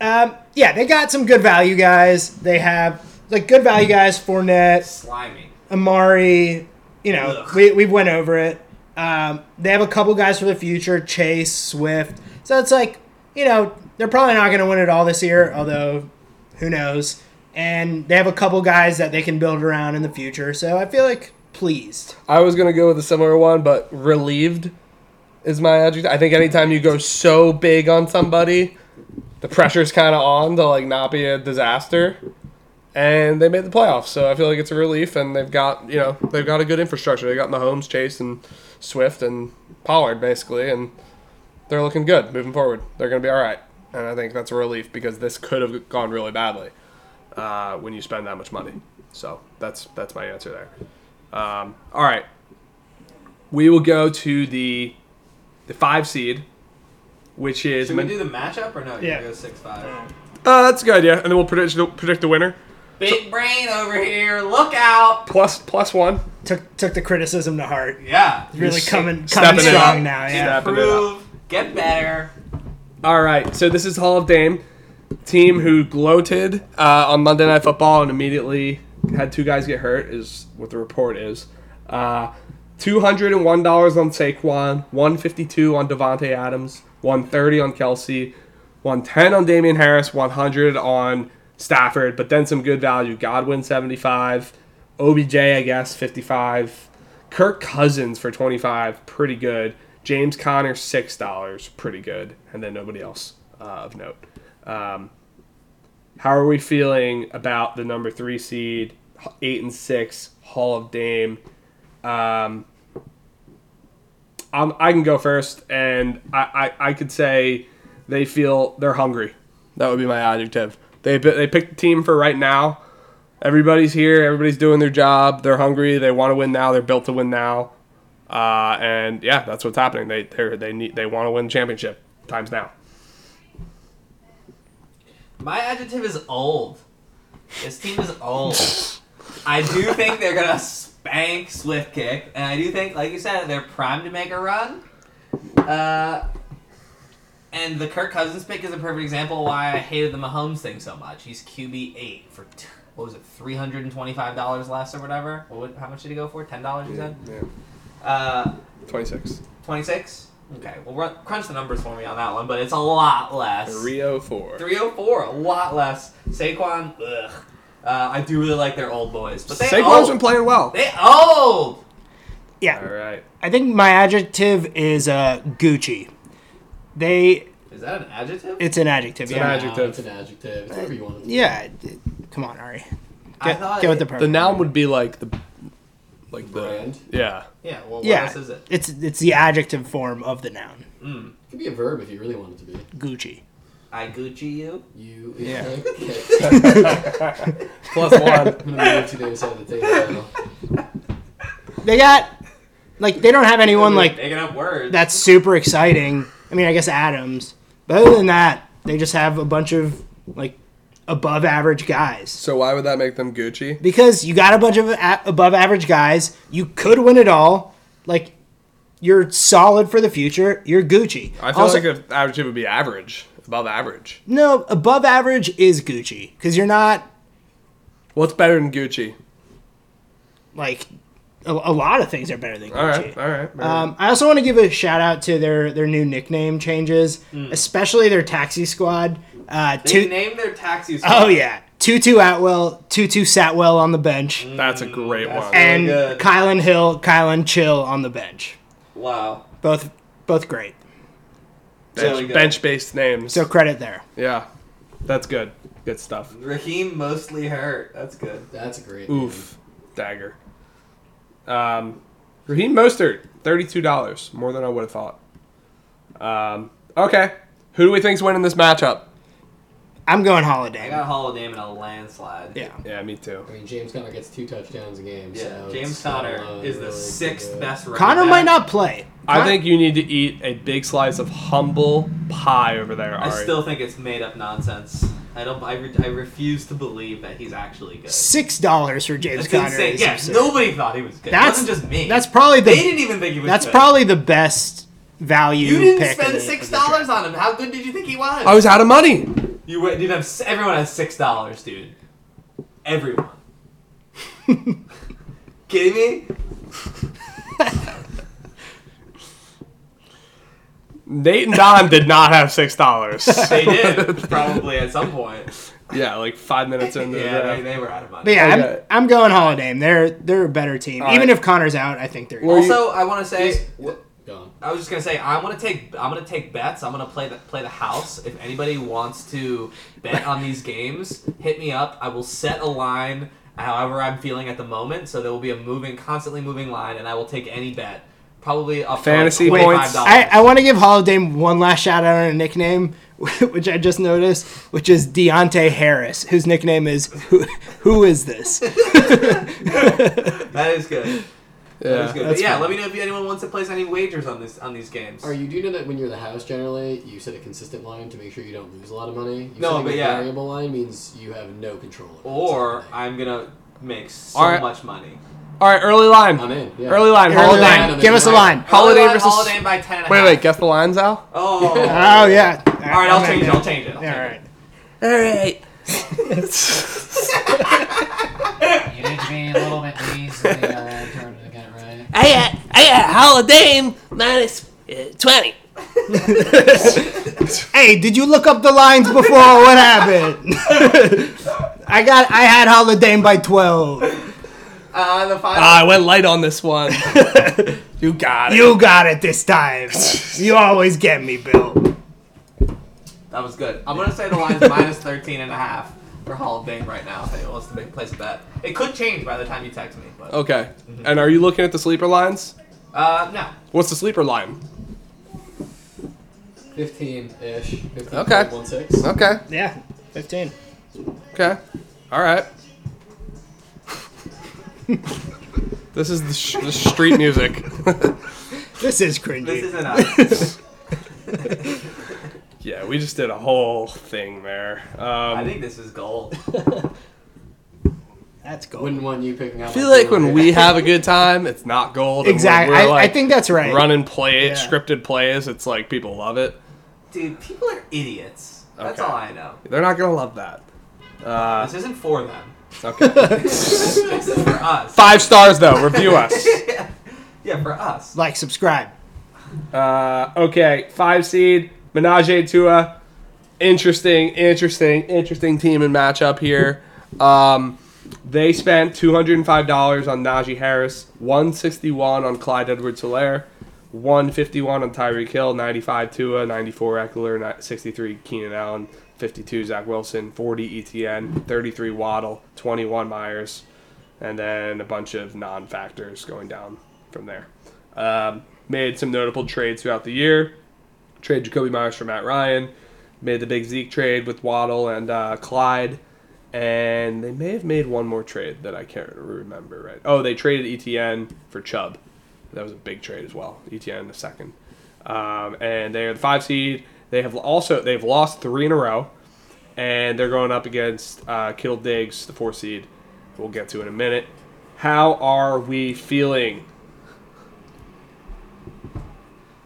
S1: Um, yeah, they got some good value guys. They have like good value guys, Fournette,
S2: Slimy.
S1: Amari. You know,
S2: Ugh.
S1: we we went over it. Um, they have a couple guys for the future, Chase, Swift. So it's like you know they're probably not going to win it all this year, although who knows. and they have a couple guys that they can build around in the future. So I feel like pleased.
S4: I was gonna go with a similar one, but relieved is my adjective. I think anytime you go so big on somebody, the pressure's kind of on to like not be a disaster. And they made the playoffs, so I feel like it's a relief. And they've got you know they've got a good infrastructure. They got Mahomes, Chase, and Swift and Pollard basically, and they're looking good moving forward. They're gonna be all right, and I think that's a relief because this could have gone really badly uh, when you spend that much money. So that's that's my answer there. Um, all right. We will go to the the five seed, which is
S2: Should we
S4: Man-
S2: do the matchup or no?
S1: Yeah.
S2: Yeah. Go six five.
S4: uh, that's a good idea, and then we'll predict predict the winner.
S2: Big brain over here. Look out.
S4: Plus plus one.
S1: Took took the criticism to heart.
S2: Yeah.
S1: Really
S4: Just
S1: coming
S4: stepping
S1: coming
S4: it
S1: strong
S4: up.
S1: now. Yeah.
S4: Step- Wrapping it up.
S2: Improve. Get better.
S4: All right, so this is Hall of Dame team who gloated uh, on Monday Night Football and immediately had two guys get hurt. Is what the report is. Uh, two hundred and one dollars on Saquon, one fifty two on Devonte Adams, one thirty on Kelsey, one ten on Damian Harris, one hundred on Stafford, but then some good value. Godwin seventy five, OBJ I guess fifty five, Kirk Cousins for 25, pretty good. James Conner six dollars, pretty good, and then nobody else uh, of note. Um, how are we feeling about the number three seed, h- eight and six Hall of Dame? Um, I'm, I can go first, and I, I, I could say they feel they're hungry. That would be my adjective. They they picked the team for right now. Everybody's here. Everybody's doing their job. They're hungry. They want to win now. They're built to win now. Uh, and yeah, that's what's happening. They they they need they want to win the championship. Times now.
S2: My adjective is old. This team is old. I do think they're gonna spank Swift Kick, and I do think, like you said, they're primed to make a run. Uh, and the Kirk Cousins pick is a perfect example of why I hated the Mahomes thing so much. He's QB eight for t- what was it, three hundred and twenty-five dollars less or whatever. What, would- how much did he go for? Ten dollars, you said. Uh,
S4: Twenty six.
S2: twenty-six.
S3: Mm-hmm.
S2: Okay, well, run, crunch the numbers for me on that one, but it's a lot less.
S4: Rio four.
S2: 304, a lot less. Saquon, ugh. Uh, I do really like their old boys, but they
S4: Saquon's been
S2: old.
S4: playing well.
S2: They old.
S1: yeah.
S4: All right.
S1: I think my adjective is uh, Gucci. They
S2: Is that an adjective?
S1: it's an adjective.
S4: an
S1: yeah.
S4: adjective.
S3: it's an adjective. It's whatever you want it to be.
S1: Yeah. it- Come on, Ari.
S2: I
S1: Get,
S2: thought
S1: get with
S2: it-
S1: the program.
S4: The noun would be like the like the
S3: Brand.
S4: yeah.
S2: Yeah. Well, what
S1: yeah.
S2: else is it?
S1: It's it's the adjective form of the noun.
S3: It could be a verb if you really want it to be.
S1: Gucci.
S2: I Gucci you.
S3: You.
S1: Yeah.
S3: Okay.
S4: Plus one.
S3: I'm gonna move to the other side of the table now.
S1: They got like they don't have anyone like
S2: making up words.
S1: that's super exciting. I mean, I guess Adams. But other than that, they just have a bunch of like above average guys.
S4: so why would that make them Gucci?
S1: Because you got a bunch of a- above average guys, you could win it all. Like you're solid for the future. You're Gucci.
S4: I feel
S1: Also-
S4: like if adjective would be average, above average.
S1: no above average is Gucci because you're not
S4: What's better than Gucci?
S1: like a, a lot of things are better than Gucci.
S4: All right, all right. all right.
S1: Um, I also want to give a shout out to their their new nickname changes, especially their taxi squad. Uh,
S2: Mm. They
S1: two,
S2: name their taxis.
S1: oh yeah, Tutu Atwell, Tutu Satwell on the bench,
S4: That's a great
S2: that's-
S4: one.
S1: and
S2: Mm, good.
S1: Kylan Hill, Kylan Chill on the bench.
S2: Wow.
S1: Both both great.
S2: really
S4: Bench,
S2: good.
S4: based names.
S1: So credit there.
S4: yeah, that's good. Good stuff.
S2: Raheem mostly hurt. That's good.
S3: That's a great.
S4: Oof, dagger. Um, Raheem Mostert, thirty-two dollars, more than I would have thought. Um, okay, who do we think's winning this matchup?
S1: I'm going
S2: I
S1: holiday.
S2: got Holiday in a landslide.
S1: yeah.
S4: Yeah, me too.
S3: I mean, James Conner gets two touchdowns a game.
S2: Yeah.
S3: so
S2: James
S3: it's not
S2: Conner
S3: alone
S2: is the
S3: really
S2: sixth
S3: good.
S2: best. running
S1: Connor
S2: back.
S1: might not play.
S4: I think you need to eat a big slice of humble pie over there,
S2: I
S4: Ari.
S2: still think it's made up nonsense. I don't. I, re- I refuse to believe that he's actually good.
S1: six dollars for James
S2: That's
S1: Conner.
S2: insane.
S1: is
S2: Yeah,
S1: absurd.
S2: nobody thought he was good.
S1: That's-
S2: That's it wasn't just me.
S1: That's probably
S2: they
S1: the
S2: didn't even think he was.
S1: that's
S2: good.
S1: probably the best value.
S2: you didn't
S1: pick of
S2: spend
S1: the-
S2: six
S1: of the draft.
S2: dollars on him. How good did you think he was?
S4: I was out of money.
S2: You went, dude. Have, everyone has six dollars, dude. Everyone. Kidding me?
S4: Nate and Don did not have six dollars.
S2: They did probably at some point.
S4: Yeah, like five minutes into the
S2: Yeah,
S4: draft.
S2: they, they were out of money.
S1: But yeah,
S4: Okay.
S1: I'm, I'm going Hall of Name. They're they're a better team.
S4: All
S1: Even
S4: right.
S1: if Connor's out, I think they're.
S4: Well, you-
S2: Also, I want to say,
S3: Gone.
S2: I was just gonna say, I'm gonna take, I'm gonna take bets. I'm gonna play the play the house. If anybody wants to bet on these games, hit me up. I will set a line however I'm feeling at the moment. So there will be a moving, constantly moving line, and I will take any bet. Probably up
S4: Fantasy
S2: to like $25.
S4: points.
S1: I, I want to give Hall of Dame one last shout out on a nickname, which I just noticed, which is Deontay Harris, whose nickname is Who, who Is This?
S2: that is good. That is
S4: yeah.
S2: good. But
S1: That's
S2: yeah,
S1: fine.
S2: let me know if anyone wants to place any wagers on this on these games.
S3: Are you do you know that when you're the house generally, you set a consistent line to make sure you don't lose a lot of money? You
S2: No,
S3: setting
S2: but
S3: a
S2: yeah.
S3: variable line means you have no control. Over what's
S2: or
S3: happening.
S2: I'm gonna make so
S4: All right.
S2: much money.
S4: All right, early line.
S3: I'm in. Yeah.
S4: Early line.
S1: Early
S4: Holiday.
S1: line.
S3: line.
S1: Give us a line.
S4: Holiday
S2: Holiday
S4: versus-
S2: Holiday by ten. And a
S4: Wait,
S2: half.
S4: wait. Guess the lines out.
S2: Oh. All
S1: Oh, yeah. All
S2: right, I'll change it. I'll change it. I'll
S1: All
S2: change it.
S1: right.
S5: All right.
S6: You need to be a little bit easy uh, in order to get it right.
S5: I got I got Holiday minus uh, twenty.
S1: Hey, did you look up the lines before? what happened? I got I had Holiday by 12.
S2: Uh, the final.
S4: Ah, I went light on this one. you got it.
S1: You got it this time. You always get me, Bill.
S2: That was good. I'm gonna say the line's minus 13 and a half for Holiday right now. If anyone wants to make place a bet, it could change by the time you text me. But
S4: Okay. Mhm. And are you looking at the sleeper lines?
S2: uh, no.
S4: What's the sleeper line?
S3: 15 ish. 15
S4: Okay. Okay.
S1: Yeah, 15.
S4: Okay. All right. this is the, sh- the street music.
S1: This is cringy.
S2: This isn't us.
S4: yeah, we just did a whole thing there.
S2: I
S4: Um,
S2: think this is gold.
S1: That's gold.
S3: Wouldn't want you picking up.
S4: I feel like when we have a good time, it's not gold. and when
S1: exactly.
S4: we're,
S1: I,
S4: like,
S1: I think that's right.
S4: running play
S1: Yeah.
S4: scripted plays. It's like people love it.
S2: Dude, people are idiots. That's
S4: Okay.
S2: all I know.
S4: They're not gonna love that. Uh,
S2: This isn't for them.
S4: okay.
S2: this is for us.
S4: Five stars though. Review us.
S2: Yeah, for us.
S1: Like, subscribe.
S4: Uh, okay, five seed Menage a Tua. Interesting, interesting, interesting team and matchup here. Um, they spent two hundred and five dollars on Najee Harris, one sixty one on Clyde Edwards Hilaire, one fifty one on Tyreek Hill, ninety five Tua, ninety four Eckler, sixty three Keenan Allen, fifty two Zach Wilson, forty E ETN, thirty three Waddle, twenty one Myers, and then a bunch of non factors going down from there. Um, made some notable trades throughout the year. Trade Jacoby Myers for Matt Ryan. Made the big Zeke trade with Waddle and uh, Clyde. And they may have made one more trade that I can't remember right. Oh, they traded ETN for Chubb. That was a big trade as well. ETN the second. Um, and they are the five seed. They have also they've lost three in a row, and they're going up against uh, Kittle Diggs, the four seed. We'll get to in a minute. How are we feeling?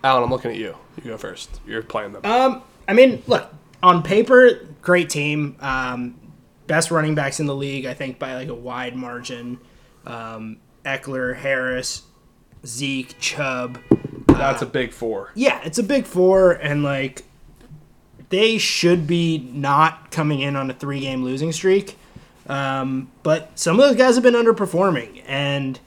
S4: Alan, I'm looking at you. You go first. You're playing them.
S1: Um, I mean, look on paper, great team. Um, best running backs in the league, I think, by like a wide margin. Um, Eckler, Harris, Zeke, Chubb.
S4: That's a big four.
S1: Yeah, it's a big four, and like they should be not coming in on a three-game losing streak. Um, but some of those guys have been underperforming, and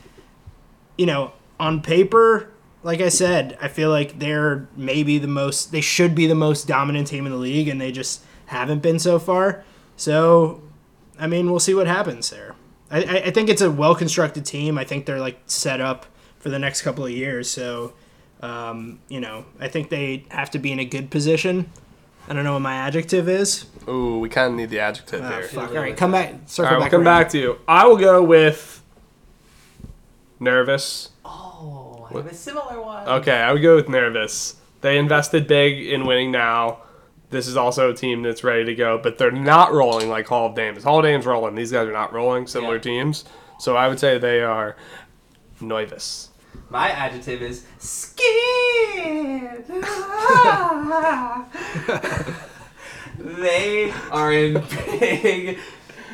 S1: you know, on paper, like I said, I feel like they're maybe the most, they should be the most dominant team in the league, and they just haven't been so far. So, I mean, we'll see what happens there. I, I, I think it's a well constructed team. I think they're like set up for the next couple of years. So, um, you know, I think they have to be in a good position. I don't know what my adjective is.
S4: Ooh, we kind of need the adjective
S1: Ah,
S4: here.
S1: fuck. All right, come back.
S4: All
S1: Circle
S4: right, we'll
S1: back.
S4: come
S1: around.
S4: back to you. I will go with nervous.
S2: Oh, I have a similar one.
S4: Okay, I would go with nervous. They invested big in winning now. This is also a team that's ready to go, but they're not rolling like Hall of Dame is. Hall of Dame's rolling. These guys are not rolling. Similar
S2: Yeah.
S4: teams, so I would say they are nervous.
S2: My adjective is scared. they are in big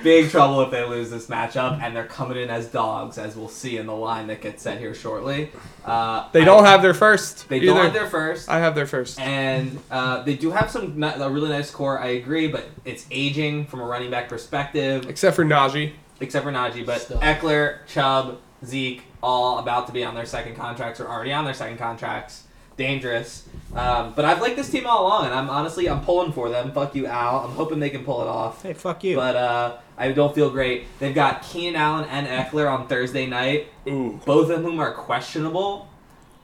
S2: big trouble if they lose this matchup, and they're coming in as dogs, as we'll see in the line that gets set here shortly. Uh,
S4: They
S2: I-
S4: don't have their first.
S2: They
S4: either.
S2: don't have their first.
S4: I have their first.
S2: And uh, they do have some ni- a really nice core, I agree, but it's aging from a running back perspective,
S4: Except for Najee.
S2: except for Najee. But
S3: Stuff.
S2: Eckler, Chubb, Zeke, all about to be on their second contracts or already on their second contracts. Dangerous. Um, but I've liked this team all along, and I'm honestly I'm pulling for them. Fuck you, Al. I'm hoping they can pull it off.
S1: Hey, fuck you.
S2: But uh, I don't feel great. They've got Keenan Allen and Eckler on Thursday night,
S4: Ooh,
S2: both of whom are questionable.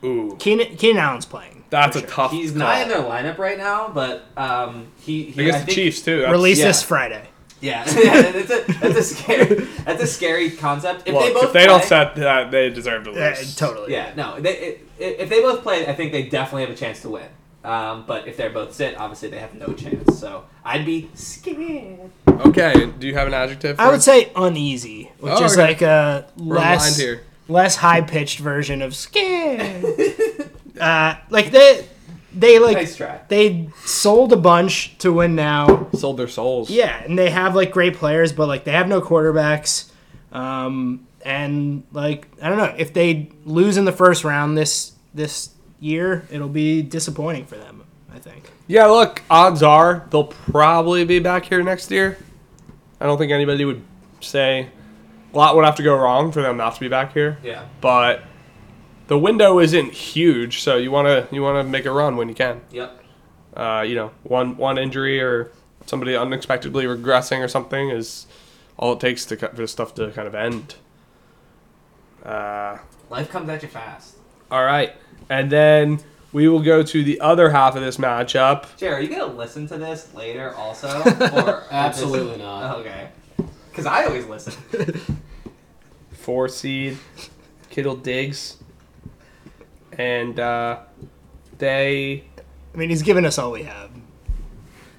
S4: ooh.
S1: Keenan, Keenan Allen's playing.
S4: That's
S1: for
S4: a
S1: sure.
S4: tough
S2: He's
S4: call.
S2: not in their lineup right now, but um, he, he I
S4: Against the
S2: think-
S4: Chiefs, too. That's-
S1: Release
S2: yeah.
S1: this Friday.
S2: Yeah, that's a that's a scary that's a scary concept. If
S4: Look,
S2: they both
S4: if they don't
S2: play-
S4: set that, they deserve to lose.
S1: Uh, totally.
S2: yeah, no, they, it, it, if they both play, I think they definitely have a chance to win. Um, but if they're both sit, obviously they have no chance. So I'd be scared.
S4: Okay, do you have an adjective?
S1: I would say uneasy, which
S4: Oh,
S1: is
S4: okay.
S1: like a
S4: We're aligned
S1: less
S4: here.
S1: less high pitched version of scared. uh, like they they like
S2: Nice try.
S1: they sold a bunch to win now.
S4: Sold their souls.
S1: Yeah, and they have like great players, but like they have no quarterbacks. Um, and like I don't know if they lose in the first round this this year, it'll be disappointing for them. I think.
S4: Yeah, look, odds are they'll probably be back here next year. I don't think anybody would say a lot would have to go wrong for them not to be back here.
S2: Yeah,
S4: But the window isn't huge, so you wanna you wanna make a run when you can.
S2: yep.
S4: Uh, you know, one one injury or somebody unexpectedly regressing or something is all it takes to ki- for this stuff to kind of end. Uh,
S2: Life comes at you fast.
S4: all right, and then we will go to the other half of this matchup.
S2: Jared, are you gonna listen to this later also? Or uh,
S3: Absolutely not.
S2: Okay. Because I always listen.
S4: four seed, Kittle Diggs, and uh, they
S1: I mean, he's given us all we have.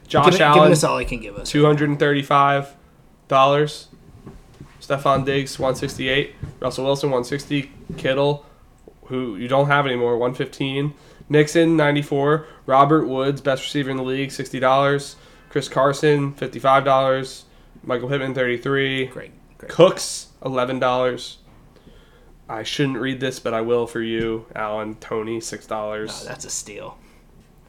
S4: Josh
S1: Given, given
S4: Allen
S1: us all he can give us.
S4: two hundred and thirty-five dollars, Stephon Diggs one sixty-eight, Russell Wilson one sixty, Kittle, who you don't have anymore one fifteen, Mixon ninety-four, Robert Woods best receiver in the league sixty dollars, Chris Carson fifty-five dollars, Michael Pittman thirty-three,
S1: Great. great.
S4: Cooks, eleven dollars. I shouldn't read this, but I will for you, Alan. Tony, six
S1: Oh,
S4: dollars.
S1: that's a steal.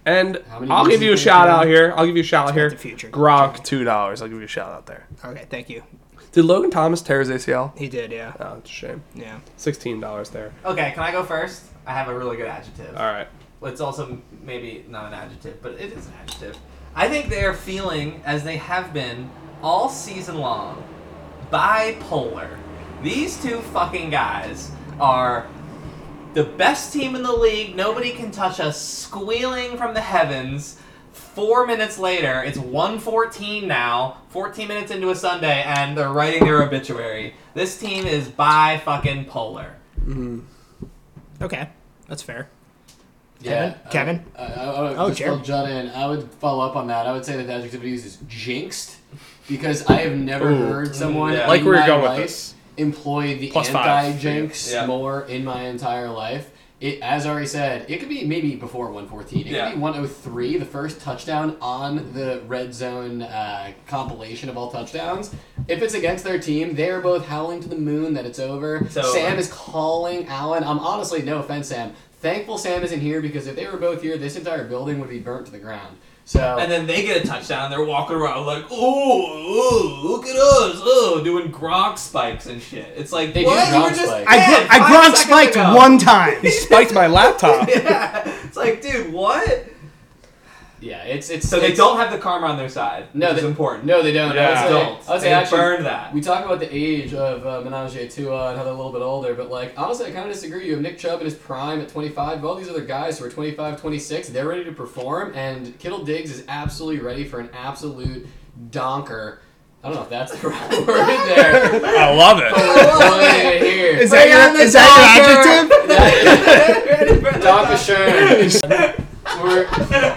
S4: and
S3: How many
S4: I'll
S3: years
S4: give
S3: you
S4: you a
S3: think
S4: shout
S3: you have?
S4: out here. I'll give you a shout out
S1: It's about
S4: here.
S1: the future.
S4: Gronk, two dollars. I'll give you a shout out there.
S1: Okay, thank you.
S4: Did Logan Thomas tear his ACL?
S1: He did, yeah,
S4: Oh, it's a shame.
S1: yeah.
S4: Sixteen dollars there.
S2: Okay, can I go first? I have a really good adjective.
S4: All right.
S2: It's also maybe not an adjective, but it is an adjective. I think they are feeling, as they have been all season long, bipolar. These two fucking guys are the best team in the league. Nobody can touch us. Squealing from the heavens. Four minutes later, it's 114 now. 14 minutes into a Sunday, and they're writing their obituary. This team is bi fucking polar.
S1: Okay, that's fair.
S3: Yeah,
S1: Kevin?
S3: I, I, I,
S1: Oh,
S3: oh, just
S1: Jared.
S3: I'll jut in. I would follow up on that. I would say that the adjective to use is jinxed because I have never
S4: Ooh.
S3: heard someone
S2: Yeah.
S3: in
S4: Like where
S3: my
S4: you're going with
S3: life
S4: this.
S3: employ the
S4: Plus five for you.
S3: anti-jinx
S2: Yeah.
S3: more in my entire life. It, as already said, it could be maybe before 114. It
S2: Yeah.
S3: could be 103, the first touchdown on the red zone uh, compilation of all touchdowns. If it's against their team, they are both howling to the moon that it's over.
S2: It's over.
S3: Sam is calling Alan. I'm honestly, no offense, Sam. Thankful Sam isn't here because if they were both here, this entire building would be burnt to the ground. So
S2: And then they get a touchdown. They're walking around like, "Oh, ooh, look at us, oh, doing Gronk spikes and shit." It's like
S3: They do
S2: what? you
S3: Gronk
S2: were just
S3: spikes.
S1: I,
S2: dead
S1: gro- I
S2: five
S1: Gronk
S2: seconds
S1: spiked
S2: ago.
S1: one time.
S4: Spiked my laptop.
S2: yeah, it's like, dude, what?
S3: yeah, it's it's
S2: So they
S3: it's-
S2: don't have the karma on their side.
S3: No,
S2: which is
S3: they-
S2: important.
S3: No, they don't.
S4: Yeah.
S3: I
S2: they
S3: would say,
S2: don't.
S3: I would say
S2: they
S3: actually,
S2: burned that.
S3: We talk about the age of uh, Menage a Tua and how they're a little bit older, but like honestly, I kind of disagree. You have Nick Chubb in his prime at 25. All these other guys who are 25, 26, they're ready to perform, and Kittle Diggs is absolutely ready for an absolute donker. I don't know if that's the right word there. but
S4: I love it.
S3: we're playing it here.
S1: Is that your, is that your adjective?
S3: Donker Shern. We're-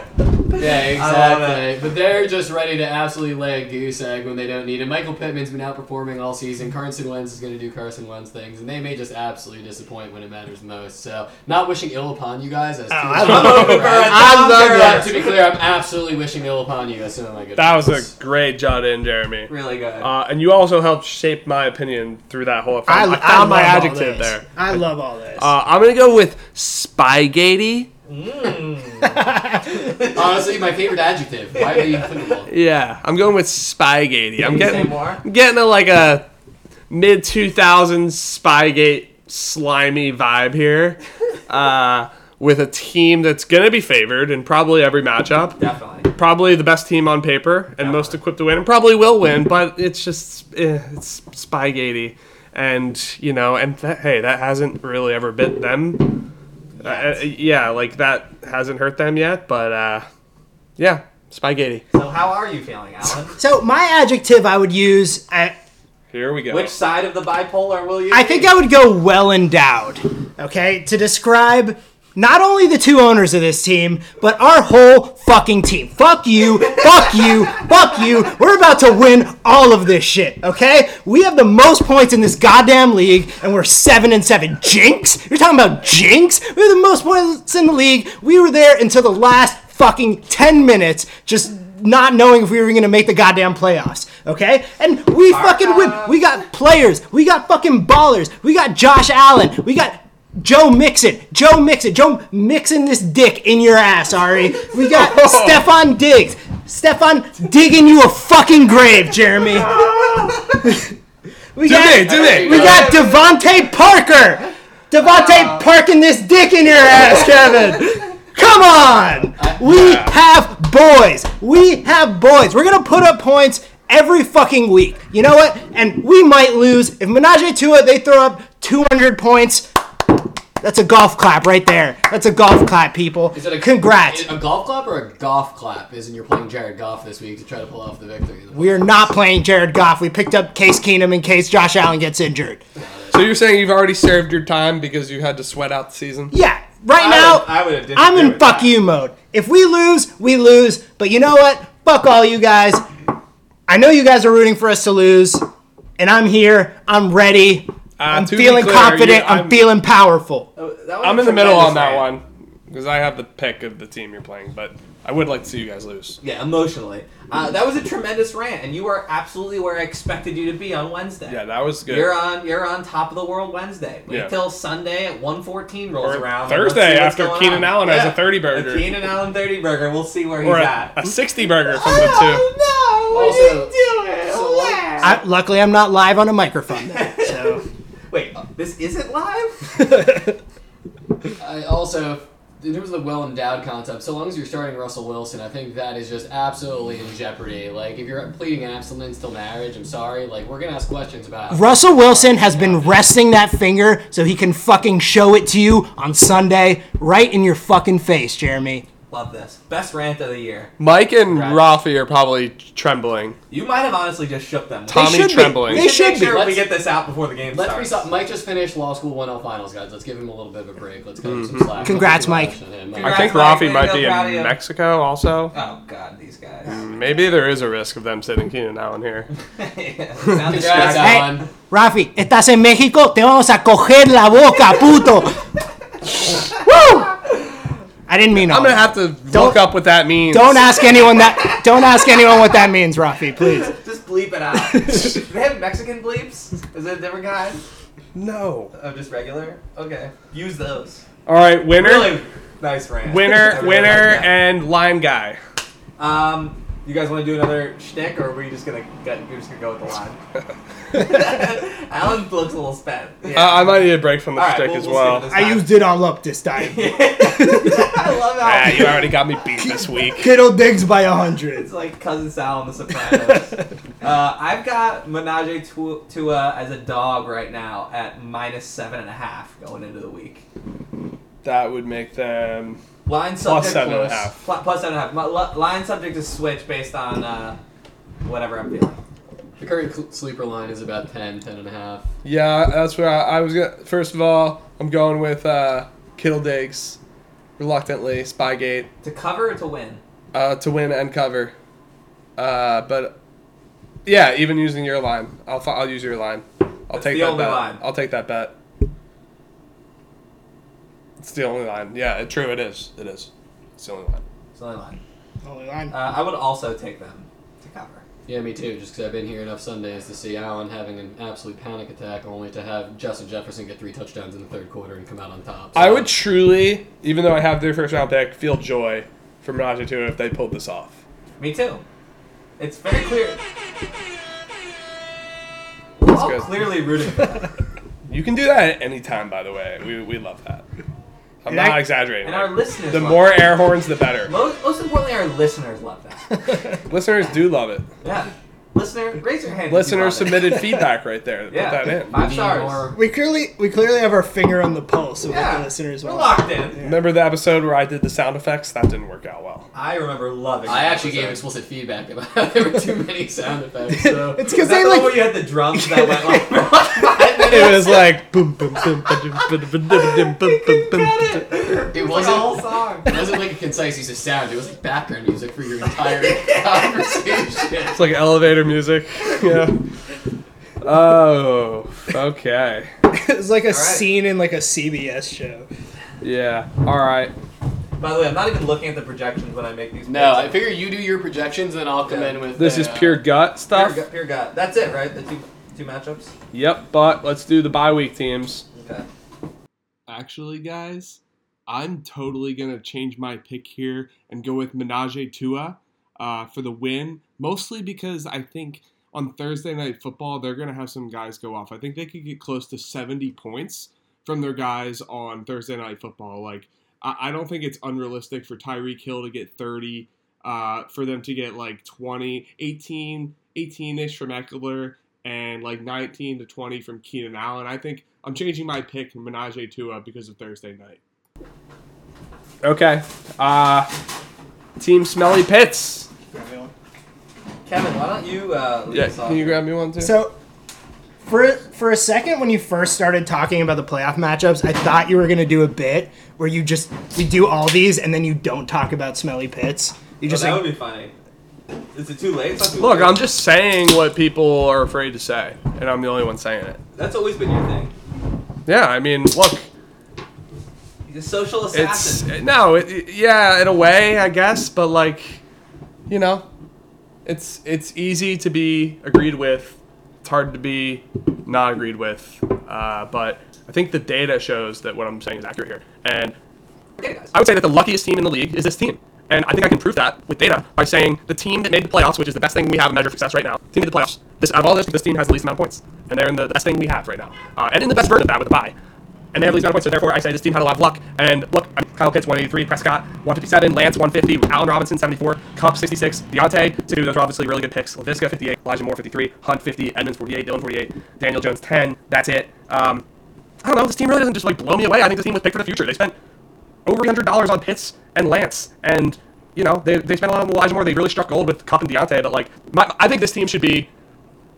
S3: Yeah,
S2: love
S3: exactly. But they're just ready to absolutely lay a goose egg when they don't need it. Michael Pittman's been outperforming all season. Carson Wentz is going to do Carson Wentz things, and they may just absolutely disappoint when it matters most. So, not wishing ill upon you guys.
S4: Oh,
S3: As two
S1: I
S3: strong
S1: love
S2: it.
S3: friends.
S4: I love
S3: But
S4: it.
S3: to be clear, I'm absolutely wishing ill upon you. That's my good.
S4: That was a great jot in, Jeremy.
S2: Really good.
S1: Um,
S4: Uh, and you also helped shape my opinion through that whole.
S1: I,
S4: I
S1: I
S4: found my
S1: love all
S4: adjective
S1: this.
S4: there.
S1: I love all this.
S4: Uh, I'm gonna go with spygatey.
S3: honestly my favorite adjective. Why are you football?
S4: Yeah, I'm going with spygatey.
S2: Can
S4: I'm
S2: you say
S4: getting
S2: more?
S4: I'm getting a like a mid 2000s spygate slimy vibe here, uh, with a team that's gonna be favored in probably every matchup.
S2: Definitely.
S4: Probably the best team on paper and most equipped to win, and probably will win. But it's just eh, it's spygatey, and you know, and that, hey, that hasn't really ever bit them Uh, uh, yeah, like that hasn't hurt them yet, but uh, yeah, Spygate.
S2: So how are you feeling, Alan?
S1: so my adjective I would use. I,
S4: Here we go.
S2: Which side of the bipolar will you?
S1: I think I would go well endowed. Okay, to describe not only the two owners of this team, but our whole fucking team. Fuck you, fuck you, fuck you. We're about to win all of this shit. Okay, we have the most points in this goddamn league, and we're seven and seven. Jinx, you're talking about jinx? We have the most points in the league. We were there until the last fucking ten minutes, just not knowing if we were going to make the goddamn playoffs. Okay, and we fucking win. We got players. We got fucking ballers. We got Josh Allen. We got Joe Mixon. Joe Mixon. Joe Mixon this dick in your ass, Ari. We got Stefan Diggs. Stefan digging you a fucking grave, Jeremy. we got
S4: they? Do they?
S1: we got Devonte Parker. Devonte Parking this dick in your ass, Kevin. Come
S3: Uh,
S1: on! We have boys. We have boys. We're gonna put up points every fucking week. You know what? And we might lose. If Menage a Tua, they throw up 200 points. That's a golf clap right there. That's a golf clap, people.
S3: Is it a
S1: Congrats.
S3: A golf clap or a golf clap? Isn't you're playing Jared Goff this week to try to pull off the victory?
S1: we are not playing Jared Goff. We picked up Case Keenum in case Josh Allen gets injured.
S4: So you're saying you've already served your time because you had to sweat out the season?
S1: Yeah, right
S2: I
S1: now
S2: would- I would have disagreed
S1: I'm in
S2: with
S1: fuck
S2: that.
S1: you mode. If we lose, we lose. But you know what? Fuck all you guys. I know you guys are rooting for us to lose, and I'm here. I'm ready. I'm
S4: Uh, to be
S1: feeling
S4: clear,
S1: confident.
S4: you-
S1: I'm,
S4: I'm-
S1: feeling powerful.
S2: That was
S4: I'm
S2: a
S4: in the middle on
S2: tremendous
S4: that
S2: rant.
S4: one because I have the pick of the team you're playing, but I would like to see you guys lose.
S2: Yeah, emotionally. Uh, that was a tremendous rant, and you are absolutely where I expected you to be on Wednesday.
S4: Yeah, that was good.
S2: You're on. You're on top of the world Wednesday. Wait
S4: Yeah.
S2: till Sunday at 1:14 rolls
S4: or
S2: around. and let's see
S4: Thursday
S2: what's
S4: after
S2: going on.
S4: Keenan Allen has a 30 burger
S2: A Keenan Allen 30 burger. We'll see where he's
S4: or a,
S2: at.
S4: a 60 burger from the
S2: oh
S3: Also-
S2: no! We didn't do it.
S3: so-
S2: Wow.
S1: I, luckily, I'm not live on a microphone. Though, so
S2: Wait, uh, this isn't live.
S3: I also, in terms of the well endowed concept, so long as you're starting Russell Wilson, I think that is just absolutely in jeopardy. Like, if you're pleading abstinence till marriage, I'm sorry. Like, we're gonna ask questions about.
S1: Russell Wilson has been resting that finger so he can fucking show it to you on Sunday, right in your fucking face, Jeremy.
S2: Love this. Best rant of the year.
S4: two. Mike and
S2: Right.
S4: Rafi are probably trembling.
S2: You might have honestly just shook them.
S4: Tommy
S1: should be.
S4: trembling.
S1: They should
S2: make
S1: be.
S2: sure we
S3: Let's-
S2: get this out before the game
S3: Let's
S2: starts.
S3: resolve. Mike just finished law school 1L finals, guys. Let's give him a little bit of a break. Let's cut him
S4: Mm-hmm.
S3: some slack.
S1: Congrats,
S3: Don't
S1: Mike.
S3: be too harsh on him.
S4: I
S2: Congrats,
S4: think
S2: Mike.
S4: Rafi
S2: We
S4: might
S2: feel
S4: be
S2: proud of
S4: in
S2: you.
S4: Mexico also.
S2: Oh god, these guys.
S4: Maybe there is a risk of them sitting Keenan Allen here.
S2: Yeah, sound
S3: Congrats,
S2: distracting.
S3: Alan.
S1: Rafi, estás en México, te vamos a coger la boca, puto. Woo! I didn't mean all
S4: I'm gonna
S1: that.
S4: have to look up what that means.
S1: Don't ask anyone that. Don't ask anyone what that means, Rafi. Please.
S2: Just bleep it out. Do they have Mexican bleeps? Is it a different kind?
S4: No.
S2: Oh, just regular? Okay. Use those.
S4: All right, winner,
S2: Really nice rant. I
S4: winner,
S2: really
S4: winner,
S2: like that.
S4: and line guy.
S2: Um, you guys want to do another shtick, or were you just gonna go, you're just gonna go with the line? Alan looks a little spent. Yeah.
S4: Uh, I, I might need a break from the
S2: All right,
S4: stick
S2: we'll-
S4: as
S2: we'll
S4: well.
S2: skip this
S1: I
S2: time.
S1: used it all up this time.
S2: I love how
S4: ah, you already got me beat this week.
S1: Kittle digs by a hundred.
S2: It's like cousin Sal on The Sopranos. uh, I've got Menage Tua, Tua as a dog right now at minus seven and a half going into the week.
S4: That would make them.
S2: Line subject
S4: Plus seven and a
S2: was-
S4: half.
S2: pl- plus seven and a half. My, li- line subject is switch based on uh, whatever I'm feeling.
S3: The current cl- sleeper line is about 10, 10 and a half.
S4: Yeah, that's where I, I was. Gonna, first of all, I'm going with uh, Kittle Diggs, reluctantly Spygate
S2: To cover or to win?
S4: uh, to win and cover. Uh, but yeah, even using your line, I'll fi- I'll use your line. I'll
S2: That's
S4: take
S2: the
S4: that
S2: only
S4: bet.
S2: line.
S4: I'll take that bet. It's the only line. Yeah, it, true. It is. It is. It's the only line.
S2: It's the only line.
S1: Only line.
S2: Uh, I would also take them to cover.
S3: Yeah, me too. Just because I've been here enough Sundays to see Allen having an absolute panic attack, only to have Justin Jefferson get three touchdowns in the third quarter and come out on top. So
S4: I would truly, even though I have their first round pick, feel joy from Najee Tua if they pulled this off.
S2: Me too. It's very clear. We're all
S4: good.
S2: clearly rooting for them.
S4: You can do that at any time, by the way. We, we love that.
S1: And
S4: I'm not
S1: I-
S4: exaggerating.
S2: And our listeners
S4: the
S2: love
S4: more
S2: that.
S4: air horns, the better.
S2: Most, most importantly, our listeners love that.
S4: Listeners do love it.
S2: Yeah. Listener, raise your hand. if you
S4: Listeners
S2: love it.
S4: submitted feedback right there.
S2: Yeah.
S4: Put that in.
S2: Five
S3: need
S2: stars.
S3: more-
S1: we clearly we clearly have our finger on the pulse of what
S2: Yeah.
S1: the listeners
S2: We're
S1: want.
S2: locked in.
S4: Remember the episode where I did the sound effects? That didn't work out well.
S2: I remember loving.
S3: I
S2: that
S3: actually gave
S2: episode.
S3: explicit feedback about how there were too many sound effects. So
S1: It's
S2: Is
S1: because
S2: that
S1: they
S2: the one
S1: like
S2: where you had the drums that went like for like five minutes?
S4: It was like boom, boom, boom, ba-dum, ba-dum, ba-dum, boom, boom, boom.
S2: Get it?
S3: it
S2: It's like a
S3: wasn't.
S2: whole song.
S3: It wasn't like a concise use of sound. It was like background music for your entire conversation.
S4: It's like elevator music. Yeah. Oh, okay.
S1: it was like a
S2: Alright.
S1: scene in like a CBS show.
S4: Yeah. All right.
S2: By the way, I'm not even looking at the projections when I make these.
S3: No, I
S2: picks.
S3: figure you do your projections, and then I'll come
S2: Yeah.
S3: in with.
S4: This
S3: uh,
S4: is pure gut
S2: Pure
S4: stuff.
S2: gut, pure gut. That's it, right? The two two matchups.
S4: Yep, but let's do the bye week teams.
S2: Okay.
S4: Actually, guys, I'm totally going to change my pick here and go with Menage Tua uh, for the win, mostly because I think on Thursday Night Football, they're going to have some guys go off. I think they could get close to 70 points from their guys on Thursday Night Football. Like, I, I don't think it's unrealistic for Tyreek Hill to get 30, uh, for them to get like 20, 18, 18 ish from Eckler, and like 19 to 20 from Keenan Allen. I think I'm changing my pick from Menage Tua because of Thursday night. Okay. Uh Team Smelly Pits.
S2: Kevin, why don't you uh, lead
S4: Yeah,
S2: us off?
S4: can you grab me one too?
S1: So for for a second when you first started talking about the playoff matchups, I thought you were gonna do a bit where you just you do all these and then you don't talk about smelly pits. You
S2: Oh,
S1: just
S2: that
S1: like,
S2: would be funny. Is it too late? It's not too
S4: Look,
S2: late.
S4: I'm just saying what people are afraid to say, and I'm the only one saying it.
S2: That's always been your thing.
S4: Yeah, I mean, look,
S2: He's a social
S4: it's
S2: assassin.
S4: no, it, yeah, in a way, I guess, but like, you know, it's it's easy to be agreed with. It's hard to be not agreed with. Uh, but I think the data shows that what I'm saying is accurate here, and
S2: Okay, guys.
S4: I would say that the luckiest team in the league is this team. And I think I can prove that with data by saying the team that made the playoffs, which is the best thing we have to measure success right now, team made the playoffs. This out of all this, this team has the least amount of points, and they're in the best thing we have right now, uh, and in the best version of that with a bye. And they have the least amount of points, so therefore I say this team had a lot of luck. And look, I'm Kyle Pitts 183, Prescott 157, Lance 150, Allen Robinson 74, Cup 66, Deontay 2. Those are obviously really good picks. Lavisca 58, Elijah Moore 53, Hunt 50, Edmonds 48, Dylan 48, Daniel Jones 10. That's it. Um, I don't know. This team really doesn't just like blow me away. I think this team was picked for the future. They spent over $100 on Pitts and Lance. And, you know, they, they spent a lot on Elijah Moore. They really struck gold with Cup and Deontay. But, like, my, I think this team should be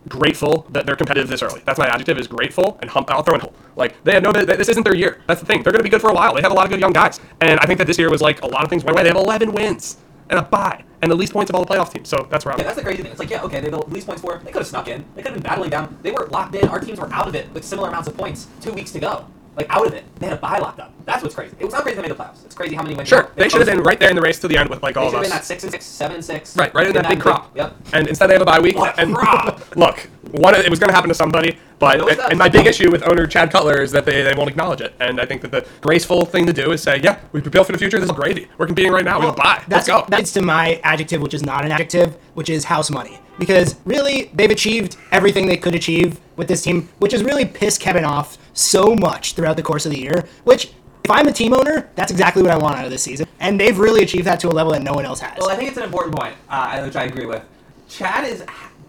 S4: grateful that they're competitive this early. That's my adjective is grateful and hump. I'll throw in hole. Like they had no. This isn't their year. That's the thing. They're going to be good for a while. They have a lot of good young guys, and I think that this year was like a lot of things went away. They have 11 wins and a bye and the least points of all the playoff teams. So that's where I'm.
S2: Yeah, that's the crazy thing. It's like, yeah, okay, they built least points for. They could have snuck in. They could have been battling down. They were locked in. Our teams were out of it with similar amounts of points two weeks to go. Like, out of it. They had a bye locked up. That's what's crazy. It was not crazy they made the playoffs. It's crazy how many went
S4: Sure, they should have been right there in the race to the end with like
S2: They
S4: all
S2: should
S4: of
S2: have
S4: us.
S2: been at 6 and 6, 7 and 6.
S4: Right, right in that
S2: Nine
S4: big
S2: and
S4: crop.
S2: three. Yep.
S4: And instead they have a bye week.
S2: What a
S4: and
S2: crop.
S4: look, one of- it was going to happen to somebody, but
S2: No, it's not.
S4: and my big issue with owner Chad Cutler is that they, they won't acknowledge it. And I think that the graceful thing to do is say, yeah, we prepared for the future. This is gravy. We're competing right now. We'll buy. Let's
S1: That's
S4: go.
S1: that leads to my adjective, which is not an adjective, which is house money. Because really, they've achieved everything they could achieve with this team, which has really pissed Kevin off so much throughout the course of the year. Which, if I'm a team owner, that's exactly what I want out of this season. And they've really achieved that to a level that no one else has.
S2: Well, I think it's an important point, uh, which I agree with. Chad is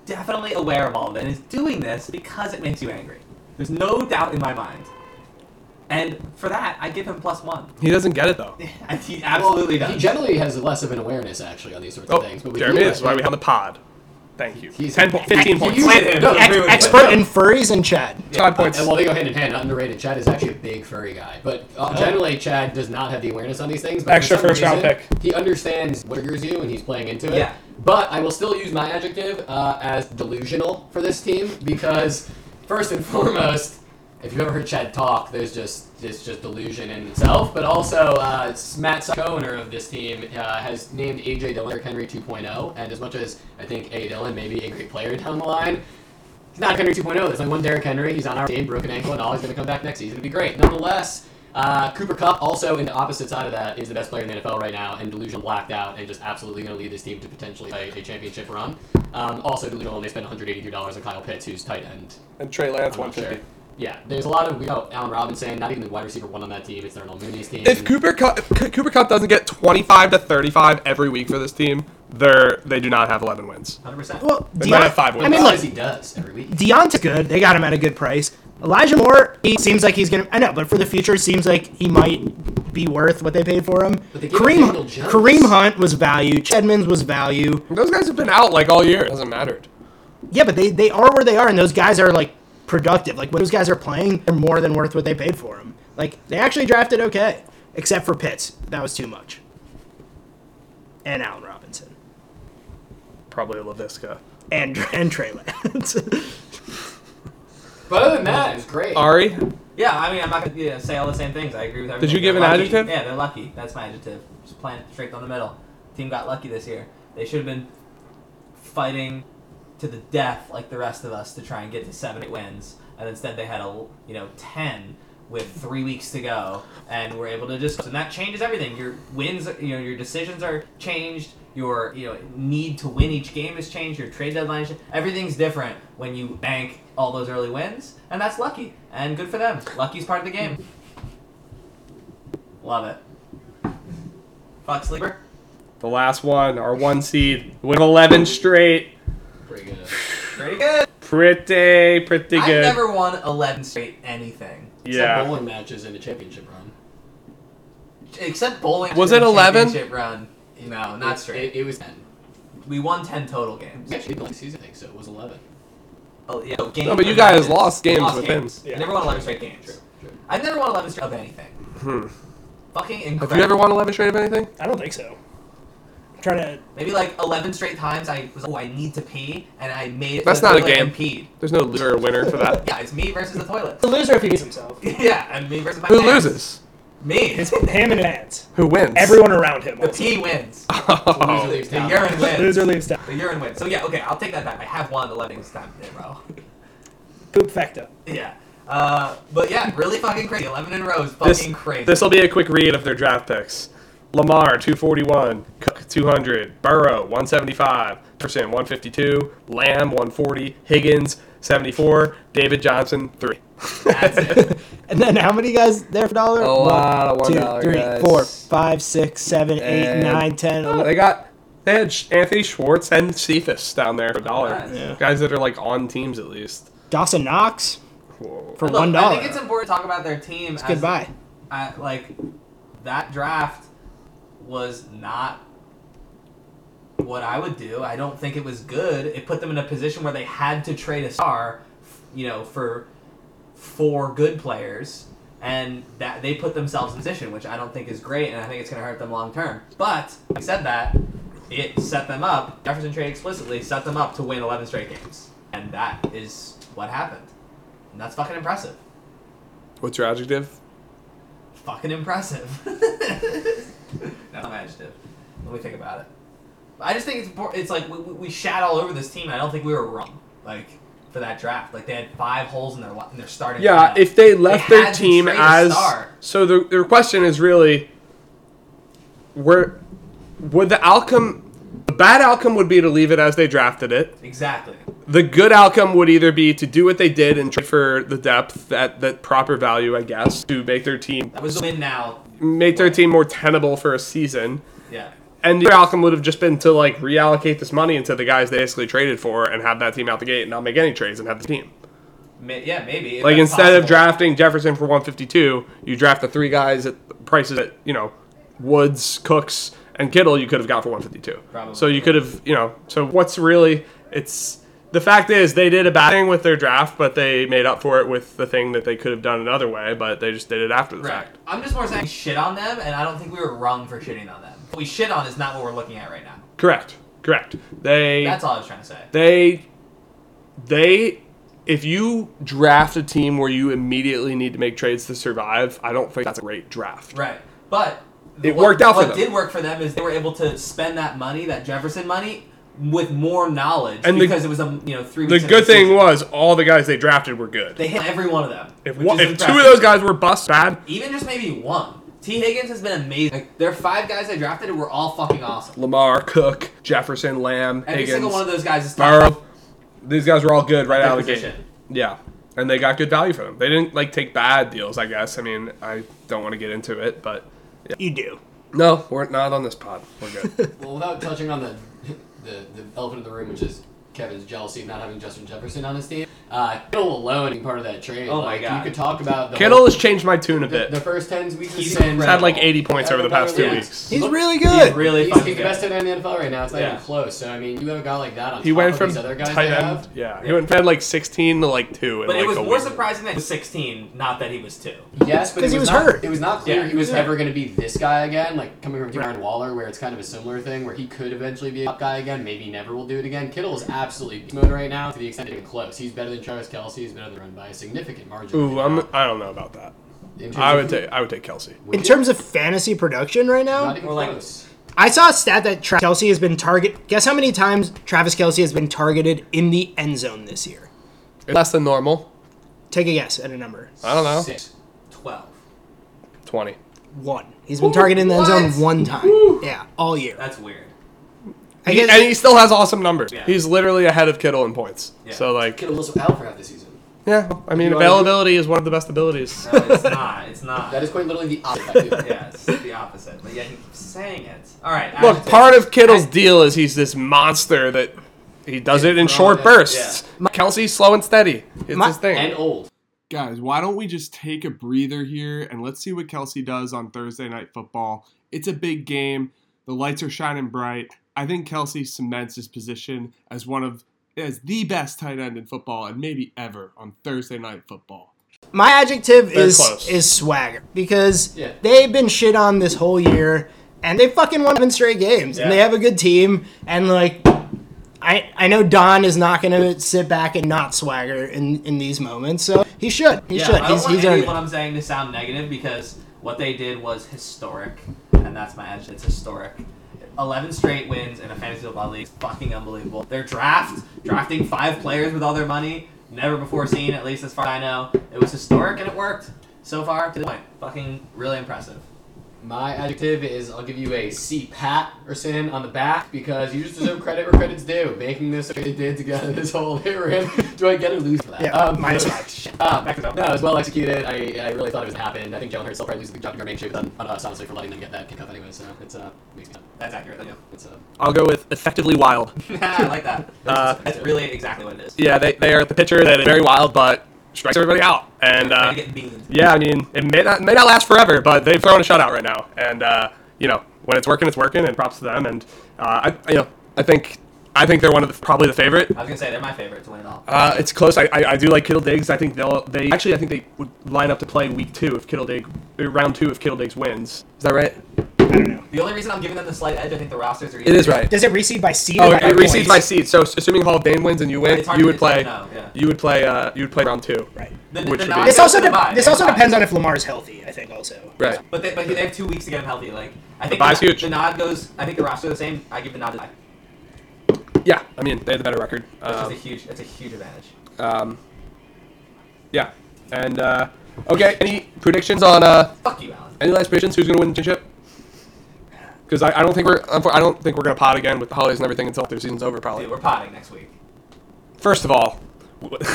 S2: definitely aware of all of it and is doing this because it makes you angry. There's no doubt in my mind. And for that, I give him plus one.
S4: He doesn't get it though.
S2: And he absolutely
S3: He
S2: does.
S3: generally has less of an awareness actually on these sorts of
S4: Oh,
S3: things. But we
S4: Jeremy,
S3: do
S4: this is why we have the pod. Thank you.
S3: He's-
S4: 10 po- 15 points.
S3: You-
S2: Wait,
S3: no,
S2: ex-
S3: agree with you.
S1: Expert in furries and Chad.
S4: Five points.
S3: And well, they go hand in hand. Not underrated. Chad is actually a big furry guy, but uh, generally Chad does not have the awareness on these things. But for
S4: Extra
S3: some
S4: first round
S3: reason,
S4: pick.
S3: He understands what triggers you, and he's playing into it.
S2: Yeah.
S3: But I will still use my adjective uh, as delusional for this team because first and foremost, if you've ever heard Chad talk, there's just it's just delusion in itself. But also, uh, it's Matt, Sy- co-owner of this team, uh, has named AJ Dillon Eric Henry 2.0. And as much as I think A Dillon may be a great player down the line, He's not Henry 2.0. There's only one Derrick Henry. He's on our team, broken ankle, and all he's going to come back next season to be great. Nonetheless, uh, Cooper Cup, also in the opposite side of that, is the best player in the NFL right now, and Delusional blacked out and just absolutely going to lead this team to potentially a, a championship run. Um, also, Delusional, they spent $183 on Kyle Pitts, who's tight end.
S4: And Trey Lance,
S3: I'm not sure.
S4: 150.
S3: Yeah, there's a lot of, we know, Allen Robinson, not even the wide receiver one on that team. It's Darnell Mooney's team.
S4: If Cooper Cup, if Cooper Cup doesn't get 25 to 35 every week for this team, they're they do not have 11 wins.
S3: 100%.
S1: Well,
S4: They might have five
S1: I
S4: wins.
S1: mean,
S3: Because
S1: look,
S3: he does every week.
S1: Deontay's good. They got him at a good price. Elijah Moore, he seems like he's gonna. I know, but for the future, seems like he might be worth what they paid for him.
S3: they gave him
S1: Kareem
S3: Daniel Jones.
S1: Kareem Hunt was value. Chedmonds was value.
S4: Those guys have been out like all year. It hasn't mattered.
S1: Yeah, but they they are where they are, and those guys are like productive. Like when those guys are playing, they're more than worth what they paid for them. Like they actually drafted okay, except for Pitts. That was too much. And Allen Robinson
S4: Probably LaVisca.
S1: and and Trey Lance.
S3: But other than that, it's great.
S4: Ari,
S2: Yeah, I mean, I'm not gonna yeah, say all the same things. I agree with everything.
S4: you give
S2: They're
S4: an
S2: lucky.
S4: adjective?
S2: Yeah, they're lucky. That's my adjective. Just playing straight down the middle. Team got lucky this year. They should have been fighting to the death like the rest of us to try and get to seven eight wins, and instead they had a you know ten with three weeks to go, and were able to just and that changes everything. Your wins, you know, your decisions are changed. Your you know need to win each game is changed. Your trade deadline, is changed. everything's different when you bank all those early wins, and that's lucky and good for them. Lucky's part of the game. Love it. Fuck sleeper.
S4: the last one, our one seed, win 11 straight.
S3: Pretty good.
S2: Pretty good.
S4: Pretty, pretty
S2: I've
S4: good.
S2: never won eleven straight anything.
S3: Except
S4: yeah.
S3: bowling matches in a championship run.
S2: Except bowling.
S4: Was
S2: in
S4: it
S2: the
S4: 11?
S2: Championship run. No, not straight.
S3: It, it was 10.
S2: we won ten total games.
S3: We actually did the season, I think, so it was 11.
S2: Oh, yeah, games
S4: No, but you
S2: were
S4: guys
S2: eleven.
S4: lost games with
S2: games.
S4: him. Yeah.
S2: I never won eleven straight games. I never won eleven straight of anything. Fucking incredible.
S4: Hmm. Have you ever won 11 straight of anything?
S1: I don't think so. I'm trying to.
S2: Maybe like eleven straight times. I was oh, I need to pee, and I made it. to
S4: That's
S2: the
S4: not a
S2: toilet
S4: game.
S2: And peed.
S4: There's no loser or winner for that.
S2: Yeah, it's me versus the toilet.
S1: The loser if he beats himself.
S2: yeah, and me versus my.
S4: Who
S2: pants.
S4: loses?
S2: Me.
S1: It's him and Vance.
S4: Who wins?
S1: Everyone around him.
S2: The
S1: also.
S2: pee wins.
S3: Loser
S4: Oh.
S3: leaves
S2: The
S3: town.
S2: urine wins.
S1: Loser leaves town.
S2: The urine wins. So yeah, okay, I'll take that back. I have won eleven times in a row.
S1: Poop facto.
S2: Yeah. Uh, but yeah, really fucking crazy. 11 in a row is fucking
S4: This
S2: crazy.
S4: this will be a quick read of their draft picks. Lamar 241, Cook 200, Burrow 175, Jefferson 152, Lamb 140, Higgins 74, David Johnson 3.
S2: That's it.
S1: And then how many guys there for dollar?
S4: A lot of $1 guys. And- Oh, they got they had Sh- Anthony Schwartz and Cephas down there for a dollar.
S2: Nice.
S1: Yeah.
S4: Guys that are like on teams at least.
S1: Dawson Knox
S4: Whoa.
S1: for
S2: Look,
S1: one
S2: I
S1: dollar.
S2: think it's important to talk about their team. as-
S1: Goodbye.
S2: I, like, that draft was not what I would do. I don't think it was good. It put them in a position where they had to trade a star, f- you know, for four good players. And that they put themselves in position, which I don't think is great, and I think it's going to hurt them long term. But having said that, it set them up. Jefferson trade explicitly set them up to win 11 straight games, and that is what happened. And that's fucking impressive.
S4: What's your adjective?
S2: Fucking impressive. That's my adjective. Let me think about it. I just think it's impor- it's like we, we we shat all over this team. And I don't think we were wrong. Like for that draft, like they had five holes in their li- in their starting.
S4: Yeah,
S2: lineup.
S4: if they left
S2: They
S4: their
S2: had to
S4: team
S2: trade a
S4: as
S2: star.
S4: so, the their question is really, where would the outcome? The bad outcome would be to leave it as they drafted it.
S2: exactly.
S4: The good outcome would either be to do what they did and trade for the depth at that proper value, I guess, to make their team
S2: That was the win now.
S4: make their team more tenable for a season.
S2: Yeah.
S4: And the other outcome would have just been to like reallocate this money into the guys they basically traded for and have that team out the gate and not make any trades and have the team.
S2: Ma- yeah, maybe. if
S4: Like
S2: that's
S4: instead of
S2: possible.
S4: drafting Jefferson for 152, you draft the three guys at prices that you know Woods, Cooks, and Kittle. You could have got for 152.
S2: Probably.
S4: So you could have you know. So what's really It's the fact is they did a bad thing with their draft, but they made up for it with the thing that they could have done another way, but they just did it after the
S2: Right.
S4: fact.
S2: I'm just more saying shit on them, and I don't think we were wrong for shitting on them. What we shit on is not what we're looking at right now.
S4: Correct. Correct. They
S2: That's all I was trying to say.
S4: they they if you draft a team where you immediately need to make trades to survive, I don't think that's a great draft.
S2: Right. But
S4: It worked out for
S2: what
S4: them.
S2: did work for them is they were able to spend that money, that Jefferson money, with more knowledge
S4: And the-
S2: because it was a you know three.
S4: The
S2: weeks into
S4: good thing
S2: season.
S4: was all the guys they drafted were good.
S2: they hit every one of them.
S4: if
S2: which
S4: one,
S2: is
S4: if two of
S2: impressive.
S4: those guys were bust bad,
S2: even just maybe one. T. Higgins has been amazing. Like, their five guys they drafted were all fucking awesome.
S4: Lamar, Cook, Jefferson, Lamb,
S2: Every
S4: Higgins,
S2: single one of those guys is top
S4: Burrow. These guys were all good right
S2: their
S4: out of the gate.
S2: position.
S4: Yeah, and they got good value for them. They didn't like take bad deals, I guess. I mean, I don't want to get into it, but
S1: You do.
S4: no, we're not on this pod. We're good.
S3: Well, without touching on the, the the elephant in the room, which is Kevin's jealousy of not having Justin Jefferson on his team. Uh, Kittle alone being part of that trade.
S2: Oh my
S3: like,
S2: God.
S3: You could talk about the
S4: Kittle has changed my tune a
S3: the,
S4: bit.
S3: the first ten weeks of the
S2: He's
S3: season.
S4: He's had like 80 points over the past two
S3: Yeah.
S4: weeks.
S1: He's
S3: Look,
S1: really
S2: He's
S1: good.
S2: really
S3: He's,
S2: fucking
S3: he's
S2: good.
S3: the best tight end in the NFL right now. It's not
S2: Yeah.
S3: even close. So I mean, you have a guy like that on
S4: He
S3: top
S4: went
S3: of
S4: from
S3: these other guys
S4: tight
S3: they
S4: end,
S3: have.
S4: yeah, he went from like 16 to like two. In,
S2: But
S4: like,
S2: it was
S4: a
S2: more
S4: week.
S2: surprising that he was 16, not that he was two.
S3: Yes, but
S1: 'Cause
S3: it
S1: he was
S3: not,
S1: hurt.
S3: It was not clear
S2: Yeah.
S3: he was
S1: Yeah.
S3: ever going to be this guy again. Like coming from Darren Waller, where it's kind of a similar thing, where he could eventually be a top guy again. Maybe never will do it again. Kittle is absolutely beast mode right now to the extent it's even close. He's better than Travis Kelsey. He's better than run by a significant margin.
S4: Ooh,
S3: right
S4: I'm,
S3: now.
S4: I don't know about that.
S3: In terms
S4: I
S3: of-
S4: would take I would take Kelsey.
S3: Would
S1: In
S3: you?
S1: terms of fantasy production right
S3: not
S1: now,
S3: even
S2: Or like-
S3: close.
S1: I saw a stat that Travis Kelsey has been target. Guess how many times Travis Kelsey has been targeted in the end zone this year?
S4: It's less than normal.
S1: Take a guess at a number.
S4: I don't know.
S3: Six.
S2: 12.
S4: 20.
S1: One. He's been targeted in the end
S2: what?
S1: zone one time. Yeah, all year.
S2: That's weird.
S1: I
S4: He-
S1: guess
S4: and he still has awesome numbers.
S2: Yeah.
S4: He's literally ahead of Kittle in points.
S2: Yeah.
S4: So like,
S3: Kittle's also out for half the season.
S4: yeah, I mean,
S3: You wanna-
S4: availability is one of the best abilities.
S2: No, it's not. It's not.
S3: That is quite literally the opposite.
S2: yeah, it's the opposite. But yeah, he keeps saying it. All right.
S4: Look, part of Kittle's deal is he's this monster that he does it in short bursts. Kelsey's slow and steady. It's
S1: My-
S4: his thing.
S3: and old.
S4: Guys, why don't we just take a breather here and let's see what Kelsey does on Thursday Night Football? It's a big game. The lights are shining bright. I think Kelsey cements his position as one of as the best tight end in football and maybe ever on Thursday Night Football.
S1: my adjective
S4: They're
S1: is
S4: close.
S1: is swagger because
S3: Yeah.
S1: they've been shit on this whole year and they fucking won seven straight games and
S2: Yeah.
S1: they have a good team and like I I know Don is not gonna sit back and not swagger in in these moments so he should he
S2: yeah,
S1: should
S2: I don't
S1: he's
S2: want
S1: he's
S2: any
S1: earned it.
S2: of what I'm saying to sound negative because what they did was historic, and that's my edge. It's historic. 11 straight wins in a fantasy football league is fucking unbelievable. Their draft, drafting five players with all their money, never before seen, at least as far as I know. It was historic and it worked so far to the point. Fucking really impressive.
S3: My adjective is I'll give you a C pat or sin on the back because you just deserve credit where credit's due. Making this what they did together this whole year. Do I get or lose for that?
S1: Yeah, minus five.
S3: Shit. Um, no, it was well executed. I, I really thought it was happened. I think Jalen Hurts still probably loses the job to Gardner Minshew, but on us honestly for letting them get that kickoff anyway. So it's uh, makes me
S2: That's accurate. Yeah.
S3: it's uh,
S4: I'll go with effectively wild.
S2: I like that.
S4: Uh,
S2: That's really exactly what it is.
S4: Yeah, they, they are the pitcher that is very wild but strikes everybody out. And
S2: Trying
S4: uh,
S2: to get beans.
S4: yeah, I mean, it may not may not last forever, but they've thrown a shutout right now, and uh, you know when it's working, it's working, and props to them. And uh, I, you know, I think I think they're one of the, probably the favorite.
S2: I was gonna say they're my favorite to win it all.
S4: Uh, it's close. I, I, I do like Kittle Diggs. I think they'll they actually I think they would line up to play week two if Kittle Diggs or round two if Kittle Diggs wins. Is that right?
S2: The only reason I'm giving them the slight edge, I think the rosters are.
S4: It is right.
S1: does it receive by seed
S4: Oh,
S1: or
S4: it,
S1: by
S4: it recedes
S1: points?
S4: by seed. So assuming Hall of Fame wins and you win,
S2: It's hard
S4: you
S2: to
S4: would play.
S2: decide now, yeah.
S4: You would play. Uh, you would play round two.
S1: right
S2: The-
S4: Which
S2: the
S4: would be-
S2: nine
S1: this
S2: goes
S1: also
S2: to the
S1: de-
S2: bye.
S1: this also
S2: Bye.
S1: depends on if Lamar's healthy I think also
S4: Right.
S2: But they, but they have two weeks to get him healthy. Like I think
S4: buye's
S2: the,
S4: huge.
S2: the nod goes. I think the roster the same. I give the nod to the bye.
S4: Yeah. I mean, they have the better record.
S2: Which is a
S4: Um,
S2: huge. It's a huge advantage.
S4: um, yeah. And uh, okay. Any predictions on uh,
S2: Fuck you, Alan.
S4: Any last predictions? Who's gonna win the championship? Because I, I don't think we're unfor- I don't think we're gonna pot again with the holidays and everything until the season's over. Probably.
S2: Dude, we're potting next week.
S4: First of all,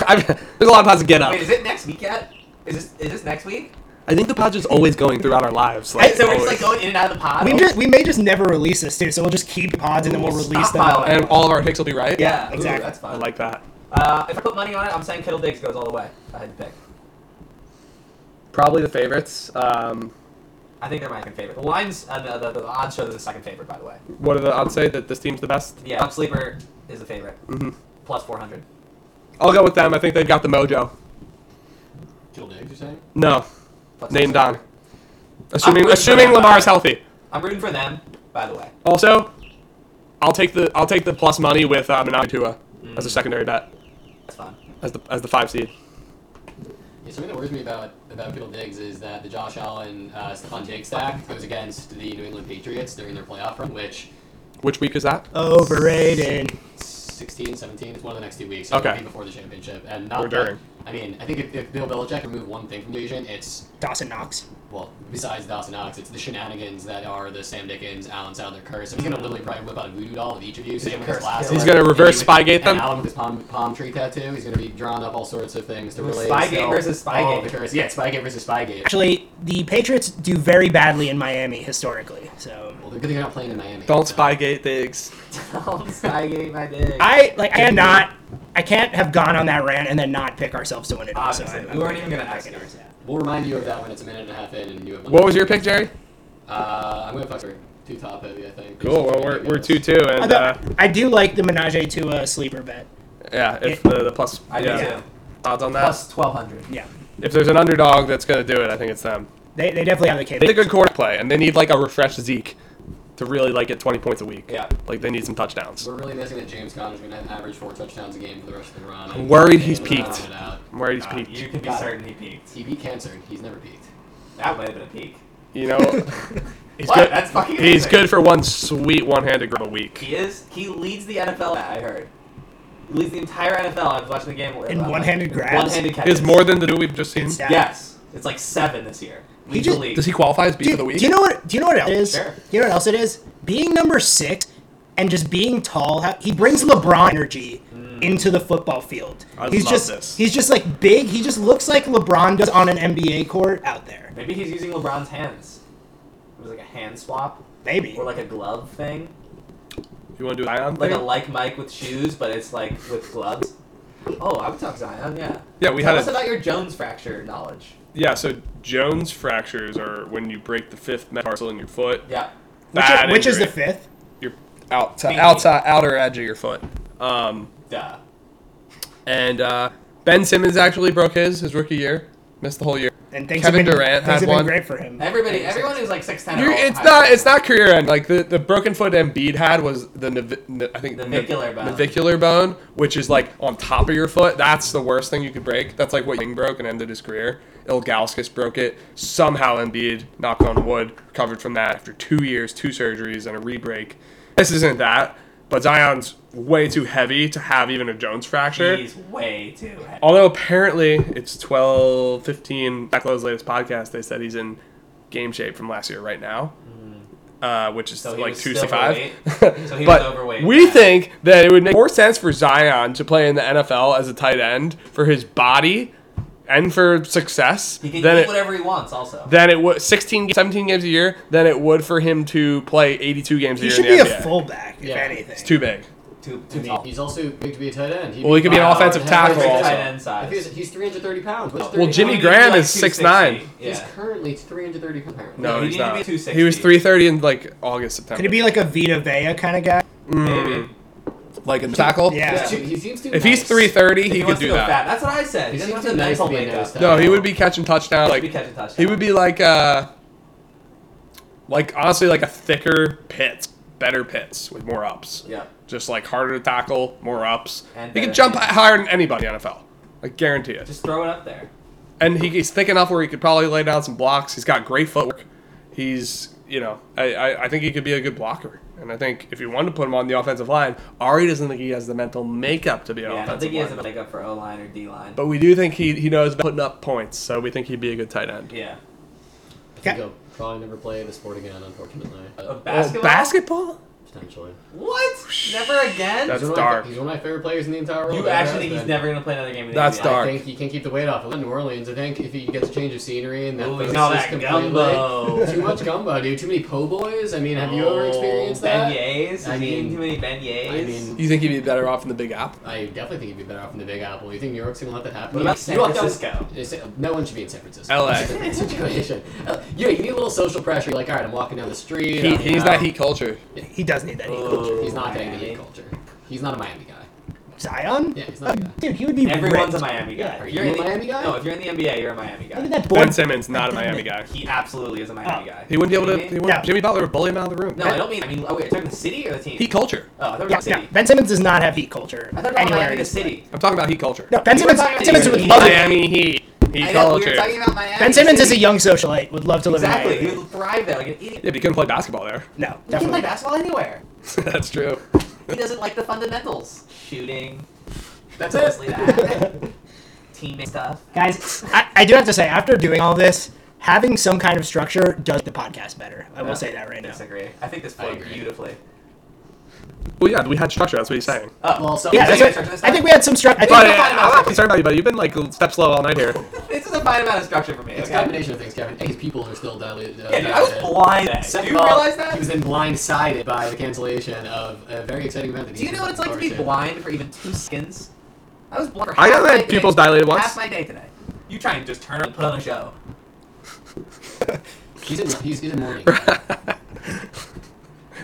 S4: I, there's a lot of pods to get up.
S2: Wait, is it next week yet? Is this is this next week?
S4: I think the pod's just always going throughout our lives.
S2: Hey, so we're just like
S4: always.
S2: going in and out of the pod.
S1: we just we may just never release this too so we'll just keep pods and then we'll release
S2: Stockpile
S1: them
S2: it.
S4: and all of our picks will be right.
S2: yeah,
S1: yeah, exactly.
S2: Ooh, that's
S4: I
S2: fun.
S4: like that.
S2: Uh, if I put money on it, I'm saying Kittle Diggs goes all the way. I had to pick.
S4: Probably the favorites. Um,
S2: I think they're my second favorite. The lines, uh, the, the, the odds show they're the second favorite, by the way.
S4: what are the? I'd say that this team's the best.
S2: Yeah, Up Sleeper is the favorite.
S4: Mhm.
S2: plus 400.
S7: I'll go with them. I think they got the mojo.
S3: Joel Diggs, you're saying?
S7: No,
S2: Plus
S7: name
S2: 600.
S7: Don. Assuming
S2: I'm-
S7: assuming Lamar's healthy.
S2: I'm rooting for them, by the way.
S7: Also, I'll take the I'll take the plus money with uh, Minami Tua as
S2: Mm.
S7: a secondary bet
S2: That's fine.
S7: as the as the five seed.
S3: Yeah, something that worries me about about Kittle Diggs is that the Josh Allen, uh, Stephon Diggs stack goes against the New England Patriots during their playoff run, which
S7: Which week is that?
S1: Overrated.
S3: 16, 17 is one of the next two weeks. So it'll
S7: Okay.
S3: be before the championship, and not
S7: Or during.
S3: I mean, I think if, if Bill Belichick removed one thing from the division, it's
S1: Dawson Knox.
S3: well, besides Dawson Knox, it's the shenanigans that are the Sam Dickens, Alan Sadler curse. I'm gonna literally probably whip out a voodoo doll of each of you. Sam with his
S2: curse
S3: glasses.
S2: killer. He's
S7: gonna
S3: and
S7: reverse
S3: he would-
S7: Spygate them?
S3: And Alan with his palm, palm tree tattoo. He's gonna be drawing up all sorts of things to relate.
S2: Spygate
S3: so-
S2: versus
S3: all
S2: Spygate.
S3: the curse. Yeah, Spygate versus Spygate.
S1: Actually, the Patriots do very badly in Miami historically. So
S3: Well, they're good they're not playing in Miami.
S7: Don't
S3: so-
S7: spygate Diggs.
S2: Don't Spygate my dick.
S1: I like I cannot I can't have gone on that rant and then not pick ourselves to win it. So
S2: Obviously,
S1: I'm-
S2: we weren't even gonna ask you.
S3: We'll remind you of that when it's a minute and a half in and you have one.
S7: What was your pick, Jerry?
S3: Uh, I'm going to fuck her. Two top heavy, I think.
S7: Cool. Well, we're we're two two, and
S1: Although,
S7: uh,
S1: I do like the Menage to a uh, sleeper bet.
S7: yeah, if the, the plus
S2: I do
S7: yeah,
S2: too.
S7: odds on that.
S2: Plus 1200.
S1: Yeah,
S7: If there's an underdog that's gonna do it, I think it's them.
S1: they, they definitely have the
S7: They need a
S1: capability.
S7: good quarter play, and they need like a refreshed Zeke to really like get 20 points a week.
S2: Yeah.
S7: Like they need some touchdowns.
S3: We're really missing that James Conner's going to average four touchdowns a game for the rest of the run.
S7: I'm worried he's
S3: And round
S7: peaked.
S3: it out.
S7: I'm worried he's
S2: Uh,
S7: peaked.
S2: You can be
S3: Got it.
S2: certain he peaked.
S3: He beat cancer. He's never peaked.
S2: That would have been a peak.
S7: You know, he's
S2: What?
S7: good.
S2: That's fucking
S7: He's
S2: amazing.
S7: good for one sweet one-handed grab a week.
S2: He is. He leads the NFL. I heard. He leads the entire NFL. I was watching the game.
S1: In one-handed grabs?
S2: One-handed catches.
S7: Is more than the dude we've just seen.
S1: Stat.
S2: Yes, it's like seven this year. Leads the
S1: just-
S2: league.
S7: Does he qualify as B
S1: Do,
S7: for the week?
S1: do you know what? Do you know what else it is?
S2: Sure.
S1: Do you know what else it is? Being number six and just being tall. ha- He brings LeBron energy
S2: Mm.
S1: into the football field.
S7: I
S1: he's
S7: love
S1: just
S7: this.
S1: he's just like big. He just looks like LeBron does on an NBA court out there.
S2: Maybe he's using LeBron's hands. It was like a hand swap
S1: Maybe.
S2: or like a glove thing,
S7: You want to do Zion?
S2: like a
S7: thing?
S2: like Mike with shoes, but it's like with gloves. Oh, I would talk Zion. Yeah.
S7: yeah, we
S2: Tell
S7: had
S2: us
S7: a
S2: about your Jones fracture knowledge.
S7: yeah. So Jones fractures are when you break the fifth metatarsal in your foot.
S2: Yeah.
S1: which,
S7: Bad
S1: which is the
S7: injury.
S1: fifth?
S7: Your out
S2: Pinky.
S7: outside outer edge of your foot. Um,
S2: Duh.
S7: and uh, Ben Simmons actually broke his his rookie year, missed the whole year.
S1: And things
S7: Kevin
S1: have been,
S7: Durant
S1: things have
S7: had one.
S1: been great for him.
S2: Everybody, everyone who's like six ten.
S7: You're, it's not. It's not career end. Like the, the broken foot Embiid had was the navi- na- I think
S2: Navicular bone.
S7: navicular bone, which is like on top of your foot. That's the worst thing you could break. That's like what Ying broke and ended his career. Ilgauskas broke it. Somehow Embiid, knock on wood, recovered from that after two years, two surgeries, and a rebreak. This isn't that, but Zion's way too heavy to have even a Jones fracture.
S2: He's way too. Heavy.
S7: Although apparently it's 12, 15, Backlow's latest podcast, they said he's in game shape from last year right now, uh, which is
S2: Hmm. So he
S7: like
S2: was still
S7: 265.
S2: overweight. So he was
S7: but
S2: overweight.
S7: we think that it would make more sense for Zion to play in the NFL as a tight end for his body and for success
S2: He can
S7: than
S2: eat
S7: it,
S2: whatever he wants. Also.
S7: than it would 16, 17 games a year than it would for him to play 82 games a
S1: He
S7: year
S1: should
S7: in
S1: be
S7: the
S1: a
S7: NBA.
S1: fullback, if
S3: Yeah.
S1: anything.
S7: It's too big.
S2: Too,
S3: I
S2: too
S3: mean,
S2: tall.
S3: he's also big to be a tight end.
S7: Well, he could be an
S3: five
S7: offensive
S3: and a half
S7: tackle
S3: tight
S7: also.
S2: Tight end size.
S3: If he's, he's 330 pounds. What's
S7: Well,
S3: 30
S7: Jimmy
S2: He's
S3: pounds?
S7: Graham
S2: like
S7: is 6'9".
S2: 260.
S3: He's
S2: Yeah.
S3: currently 330 pounds. apparently.
S7: No,
S2: he
S7: he's
S2: needed to
S7: not.
S2: be
S7: He was
S2: 260.
S7: 330 in like August, September.
S1: Could it be like a Vita Vea kind of guy?
S2: Maybe.
S7: like a tackle?
S1: Yeah.
S3: He's too- he seems too
S7: If he's
S3: nice.
S7: 330, he,
S2: If
S7: could
S2: wants
S7: do
S2: to go
S7: that.
S2: Fat. That's what I said. He
S3: He
S2: doesn't
S3: seems
S2: have
S3: too
S2: the
S3: nice to
S2: mental
S3: be a nose
S2: makeup.
S3: tackle.
S7: No, he would be catching touchdown.
S2: He would be
S7: Like
S2: catching touchdowns.
S7: he would be like uh like honestly like a thicker Pitts, better Pitts with more ups.
S2: Yeah.
S7: Just like harder to tackle, more ups.
S2: And
S7: he
S2: better
S7: could jump
S2: feet.
S7: higher than anybody in the NFL. I guarantee it.
S2: Just throw it up there.
S7: and he, he's thick enough where he could probably lay down some blocks. He's got great footwork. He's you know I, I, I think he could be a good blocker. And I think if you wanted to put him on the offensive line, Ari doesn't think he has the mental makeup to be an
S2: Yeah, I don't
S7: offensive
S2: think he has a
S7: lineman.
S2: makeup for O line or D line.
S7: But we do think he, he knows about putting up points, so we think he'd be a good tight end.
S2: Yeah.
S3: I think he'll probably never play the sport again, unfortunately.
S2: A
S7: Oh,
S3: Uh,
S2: basketball.
S7: basketball?
S3: potentially.
S2: What? Never again.
S7: That's
S3: He's one of my-
S7: dark.
S3: He's one of my favorite players in the entire world.
S2: you
S3: Ever
S2: actually
S3: has
S2: think he's
S3: been.
S2: never gonna play another game. In the
S7: That's
S2: NBA.
S7: dark.
S3: I think he can keep the weight off of New Orleans. I think if he gets a change of scenery and that,
S2: Ooh,
S3: place
S2: he's all
S3: is
S2: that
S3: completely-
S2: gumbo.
S3: too much gumbo, dude. Too many po' boys. I mean, have you
S2: Oh,
S3: ever experienced that?
S2: Beignets.
S3: I
S2: He's eating
S3: mean-
S2: too many beignets.
S3: I mean,
S7: You think he'd be better off in the Big Apple?
S3: I definitely think he'd be better off in the Big Apple. You think New York's gonna let that happen?
S2: What
S3: You-
S2: about San
S3: you walk down-
S2: Francisco?
S3: Is it- No one should be in San Francisco.
S7: LA.
S3: It's a different situation. Uh, Yeah, you need a little social pressure. You're like, all right, I'm walking down the street.
S7: He,
S3: I'm, you
S7: he's
S3: know,
S7: that heat culture.
S1: He does need that.
S2: Oh,
S3: He's not getting the
S2: Miami.
S3: heat culture. He's not a Miami guy.
S1: Zion?
S3: Yeah, he's not a guy.
S1: Dude, he would be
S2: Everyone's a
S1: ripped.
S2: Miami guy.
S1: Yeah.
S2: If
S3: You
S2: in
S3: a
S2: the-
S3: Miami guy?
S2: No, if you're in the NBA, you're a Miami
S1: Look at
S2: guy.
S1: that boy.
S7: Ben Simmons, not a Miami guy.
S2: He absolutely is a Miami
S1: Oh.
S2: guy.
S7: He wouldn't be able to.
S2: You know what I
S7: He
S2: mean?
S7: wouldn't,
S1: No.
S7: Jimmy Butler would bully him out of the room.
S2: No, I don't mean. I mean, oh, wait, are you talking the city or the team?
S7: Heat culture.
S2: oh, I thought we were
S1: Yeah,
S2: the
S1: no,
S2: city.
S1: Ben Simmons is not have heat culture.
S2: I thought we were
S1: anywhere
S2: Miami the
S1: he's-
S2: city.
S7: I'm talking about Heat culture.
S1: No, Ben Simmons,
S2: talking
S1: ben Simmons
S2: about
S1: would love it.
S7: Miami Heat. Heat
S2: I know, we
S7: culture.
S2: were talking
S7: Yeah,
S2: about Miami.
S1: Ben Simmons is a
S2: City.
S1: young socialite. Would love to live
S2: Exactly.
S1: in
S2: He
S1: Miami.
S2: would thrive there like an idiot.
S7: but he couldn't play basketball there.
S1: No,
S2: He can play
S1: definitely. not.
S2: basketball anywhere.
S7: That's true.
S2: He doesn't like the fundamentals. Shooting,
S3: That's
S2: mostly
S3: it.
S2: that. Teammate stuff.
S1: Guys, I, I do have to say, after doing all this, having some kind of structure does the podcast better. I will say that right now.
S2: Disagree. I think this played
S3: agree.
S2: beautifully.
S7: Well, yeah, we had structure. That's what he's saying.
S2: Oh,
S3: Well, so
S1: Yeah,
S2: So
S1: that's
S2: you
S1: what,
S2: guys are just
S1: I think we had some structure. I
S7: But
S1: think
S7: uh,
S2: fine
S7: I'm
S2: about
S7: not
S2: it.
S7: concerned about you, buddy. You've been like step slow all night here.
S2: this is a fine amount of structure for me.
S3: it's a
S2: okay?
S3: combination of things, Kevin. His people are still dilated. Uh,
S2: Yeah, dude, I was
S3: dilated.
S2: blind. Do
S3: Second
S2: you
S3: of all,
S2: realize that?
S3: He was then blindsided by the cancellation of a very exciting event. That
S2: Do you know what it's like to be blind for even two skins? I was blind for
S7: I
S2: half
S7: haven't
S2: my
S7: had
S2: day-
S7: pupils dilated once.
S2: Half my day today. You try and just turn up and put on a show.
S3: He's in, he's, he's in mourning.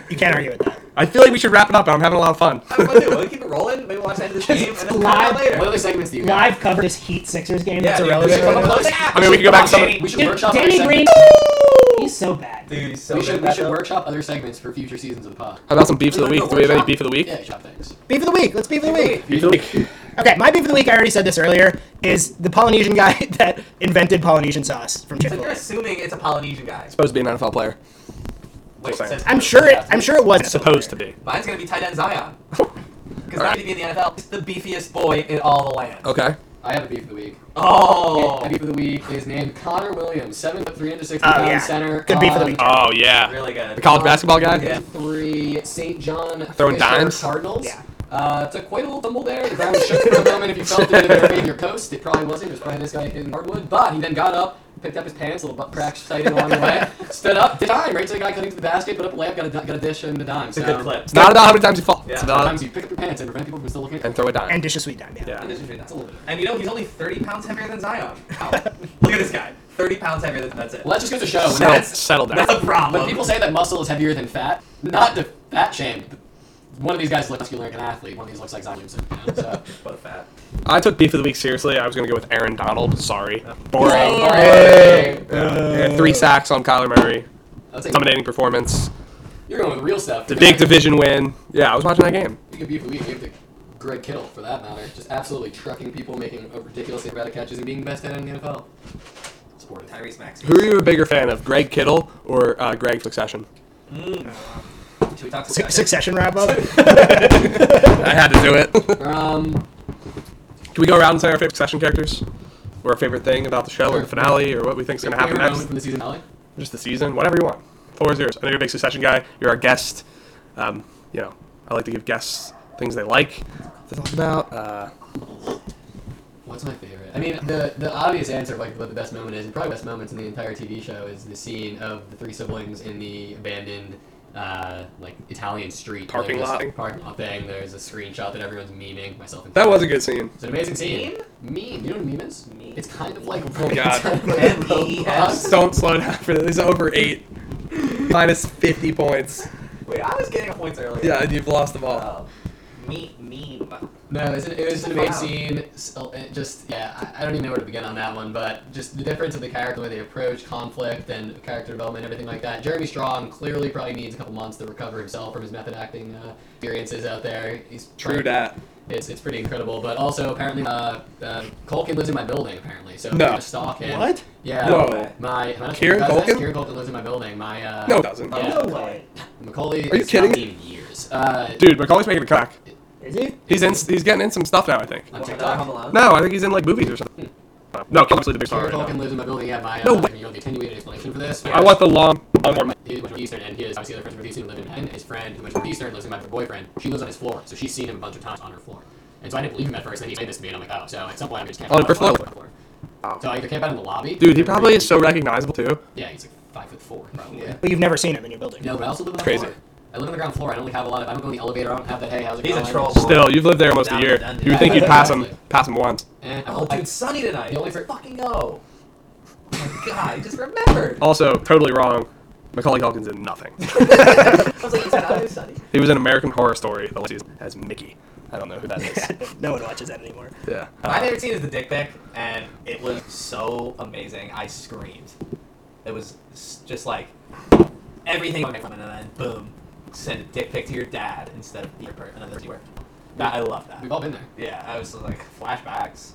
S1: you can't argue with that.
S7: I feel like we should wrap it up, and I'm having a lot of fun.
S2: I don't know what to do. We'll keep it rolling. Maybe we'll watch the end of the game and then we'll talk about it
S3: what
S2: later.
S3: other segments do you got?
S1: Live cover this Heat Sixers game that's
S2: dude,
S1: irrelevant.
S2: we should
S1: right
S2: come
S1: now.
S2: up with-
S3: Yeah,
S7: I mean, we could go back to some.
S3: We should
S1: Dude,
S3: workshop
S1: Danny
S3: other
S1: Green,
S3: segments.
S1: he's so bad.
S2: Dude, he's so
S3: We
S2: good
S3: should,
S2: at
S3: we
S2: that
S3: should
S2: though.
S3: workshop other segments for future seasons of the pod.
S7: How about some beefs of the
S2: We're gonna
S7: week?
S2: go
S7: Do we have any
S2: workshop.
S7: beef of the week?
S3: Yeah, shop things.
S1: Beef of the week. Let's beef of the
S2: Wait,
S1: week.
S2: wait,
S7: Beef of the week.
S1: Okay, my beef of the week. I already said this earlier. Is the Polynesian guy that invented Polynesian sauce from Chick
S2: So
S1: Fil
S2: you're
S1: A?
S2: assuming it's a Polynesian guy.
S7: Supposed to be an NFL player.
S2: Wait,
S7: saying.
S2: says-
S1: I'm sure it. I'm sure it was
S7: Supposed to be.
S2: Mine's gonna be tight end Zion. Because not to be in the NFL, he's the beefiest boy in all the land.
S7: Okay.
S3: I have a beef of the week.
S2: Oh,
S3: My beef of the week is named Connor Williams, 7 foot 360
S1: Oh,
S3: pound
S1: yeah.
S3: center.
S1: Good beef of the
S3: on
S1: week.
S7: Oh yeah.
S2: really good.
S7: The college basketball guy.
S2: Yeah.
S3: Three St. John
S7: Throwing
S3: Fisher
S7: dimes?
S3: Cardinals.
S1: Yeah.
S3: Uh, took quite a little tumble there. The Browns shook from him, and if you felt it, it would have been your coast. It probably wasn't. It was probably this guy hitting hardwood. But he then got up, picked up his pants, a little butt crack sighted along the way, stood up, did a dime right to the guy cutting to the basket, put up a layup, got a, got a dish and a dime.
S2: It's a
S3: So uh,
S2: good clip.
S7: It's not about how many times you fall. It's
S2: Yeah.
S7: about
S3: Sometimes you pick up your pants and prevent people from still looking at
S7: and throw a dime.
S1: and dish a sweet dime. Yeah.
S7: Yeah.
S3: That's a little bit.
S2: And you know, he's only 30 pounds heavier than Zion. Wow. Look at this guy. 30 pounds heavier than that's it.
S3: Well, that just goes to show. When,
S7: Settle,
S2: That's-
S7: settle down.
S2: That's a problem.
S3: when people say that muscle is heavier than fat, not to fat shame. but One of these guys looks muscular like an athlete. One of these looks like Zion Williamson. you know, so.
S2: Both fat.
S7: I took beef of the week seriously. I was gonna go with Aaron Donald. Sorry. Boring.
S3: Hey.
S7: Yeah, Three sacks on Kyler Murray.
S3: I'll take-
S7: Dominating performance.
S3: You're going with real stuff.
S7: The big division win. Yeah, I was watching that game.
S3: You could be we gave to Greg Kittle for that matter. Just absolutely trucking people, making a ridiculous amount of catches, and being the best head in the NFL. Support it.
S2: Tyrese Maxey.
S7: Who are you a bigger fan of, Greg Kittle or uh, Greg Succession?
S2: Should we talk
S1: Su-
S2: succession?
S1: Succession wrap up.
S7: I had to do it. Can
S3: Um,
S7: we go around and say our favorite Succession characters? Or our favorite thing about the show or the finale or what we think's going to happen
S3: favorite moment
S7: next?
S3: from the season finale.
S7: Just the season, whatever you want. Four is yours. I know you're a big Succession guy. You're our guest. Um, you know, I like to give guests things they like to talk about. Uh,
S3: What's my favorite? I mean, the the obvious answer of like what the best moment is, and probably best moments in the entire TV show, is the scene of the three siblings in the abandoned. Uh, like Italian street
S7: Parking
S3: There's-
S7: lot.
S3: parking lot thing. There's a screenshot that everyone's memeing, myself included.
S7: that was a good scene.
S3: It's an amazing scene. Meme? You know what a meme is?
S2: Meme.
S3: It's kind of like
S7: Oh God.
S2: M-E-S.
S7: Don't slow down for this. It's over eight. Minus 50 points.
S2: Wait, I was getting points earlier.
S7: Yeah, and you've lost the ball.
S2: Oh. Me- meme.
S3: No, it's an, it was an
S2: Wow.
S3: amazing scene. So it just yeah, I, I don't even know where to begin on that one, but just the difference of the character, the way they approach conflict and character development, everything like that. Jeremy Strong clearly probably needs a couple months to recover himself from his method acting uh, experiences out there. He's
S7: True dat.
S3: It's, it's pretty incredible, but also apparently uh, uh, Culkin lives in my building apparently, so
S7: No.
S3: i stalk him.
S1: What?
S3: Yeah.
S7: No way.
S3: My, my
S7: Kieran Culkin?
S3: Kieran Culkin lives in my building. My uh,
S7: No, it doesn't.
S3: Yeah.
S2: No way.
S3: Macaulay.
S7: Are you
S3: it's
S7: kidding?
S3: Not even years. Uh,
S7: Dude, Macaulay's making a comeback.
S1: Is he?
S7: He's in. He's getting in some stuff now. I think.
S3: on
S2: Another Home
S3: TikTok.
S2: Alone?
S7: No, I think he's in like movies or something. No, Kim's the big star.
S3: Kieran
S7: Right
S3: Culkin
S7: now.
S3: lives in my building. Yeah, my. Uh, I
S7: No way.
S3: mean, you know, the attenuated explanation for this.
S7: I want the long. long form.
S3: He went to Eastern, and his obviously other friends from Eastern lived in Manhattan. His friend who went to Eastern lives with my boyfriend. She lives on his floor, so she's seen him a bunch of times on her floor. And so I didn't believe him at first. Then he explained this to me, and I'm like, oh, so at some point I just can't.
S7: On
S3: find
S7: her
S3: him on
S7: floor?
S3: floor. So I either camp out in the lobby.
S7: Dude, he probably is so recognizable too.
S3: Yeah, he's like five foot four, probably.
S1: But you've never seen him in your building.
S3: No, but I also live on the
S7: Crazy.
S3: floor. I live on the ground floor. I don't really have a lot of. I don't go in the elevator. I don't have that. Hey, how's it
S2: He's a
S3: going?
S2: troll.
S7: Still, you've lived there almost a year. You would think you'd pass him, pass him once.
S3: Eh, I-
S2: Oh,
S3: I-
S2: dude, sunny tonight.
S3: The only fr-
S2: fucking go. Oh my god, I just remembered.
S7: Also, totally wrong. Macaulay Culkin's in nothing.
S2: I was like, it's not sunny.
S7: he was in American Horror Story the last season as Mickey.
S4: I don't know who that is.
S1: no one watches that anymore.
S4: yeah.
S2: My favorite scene is the dick pic, and it was so amazing. I screamed. It was s- just like everything coming from it, and then boom, send a dick pic to your dad instead of your person. And then there's you were. That I love that.
S3: We've all been there.
S2: Yeah, I was like flashbacks.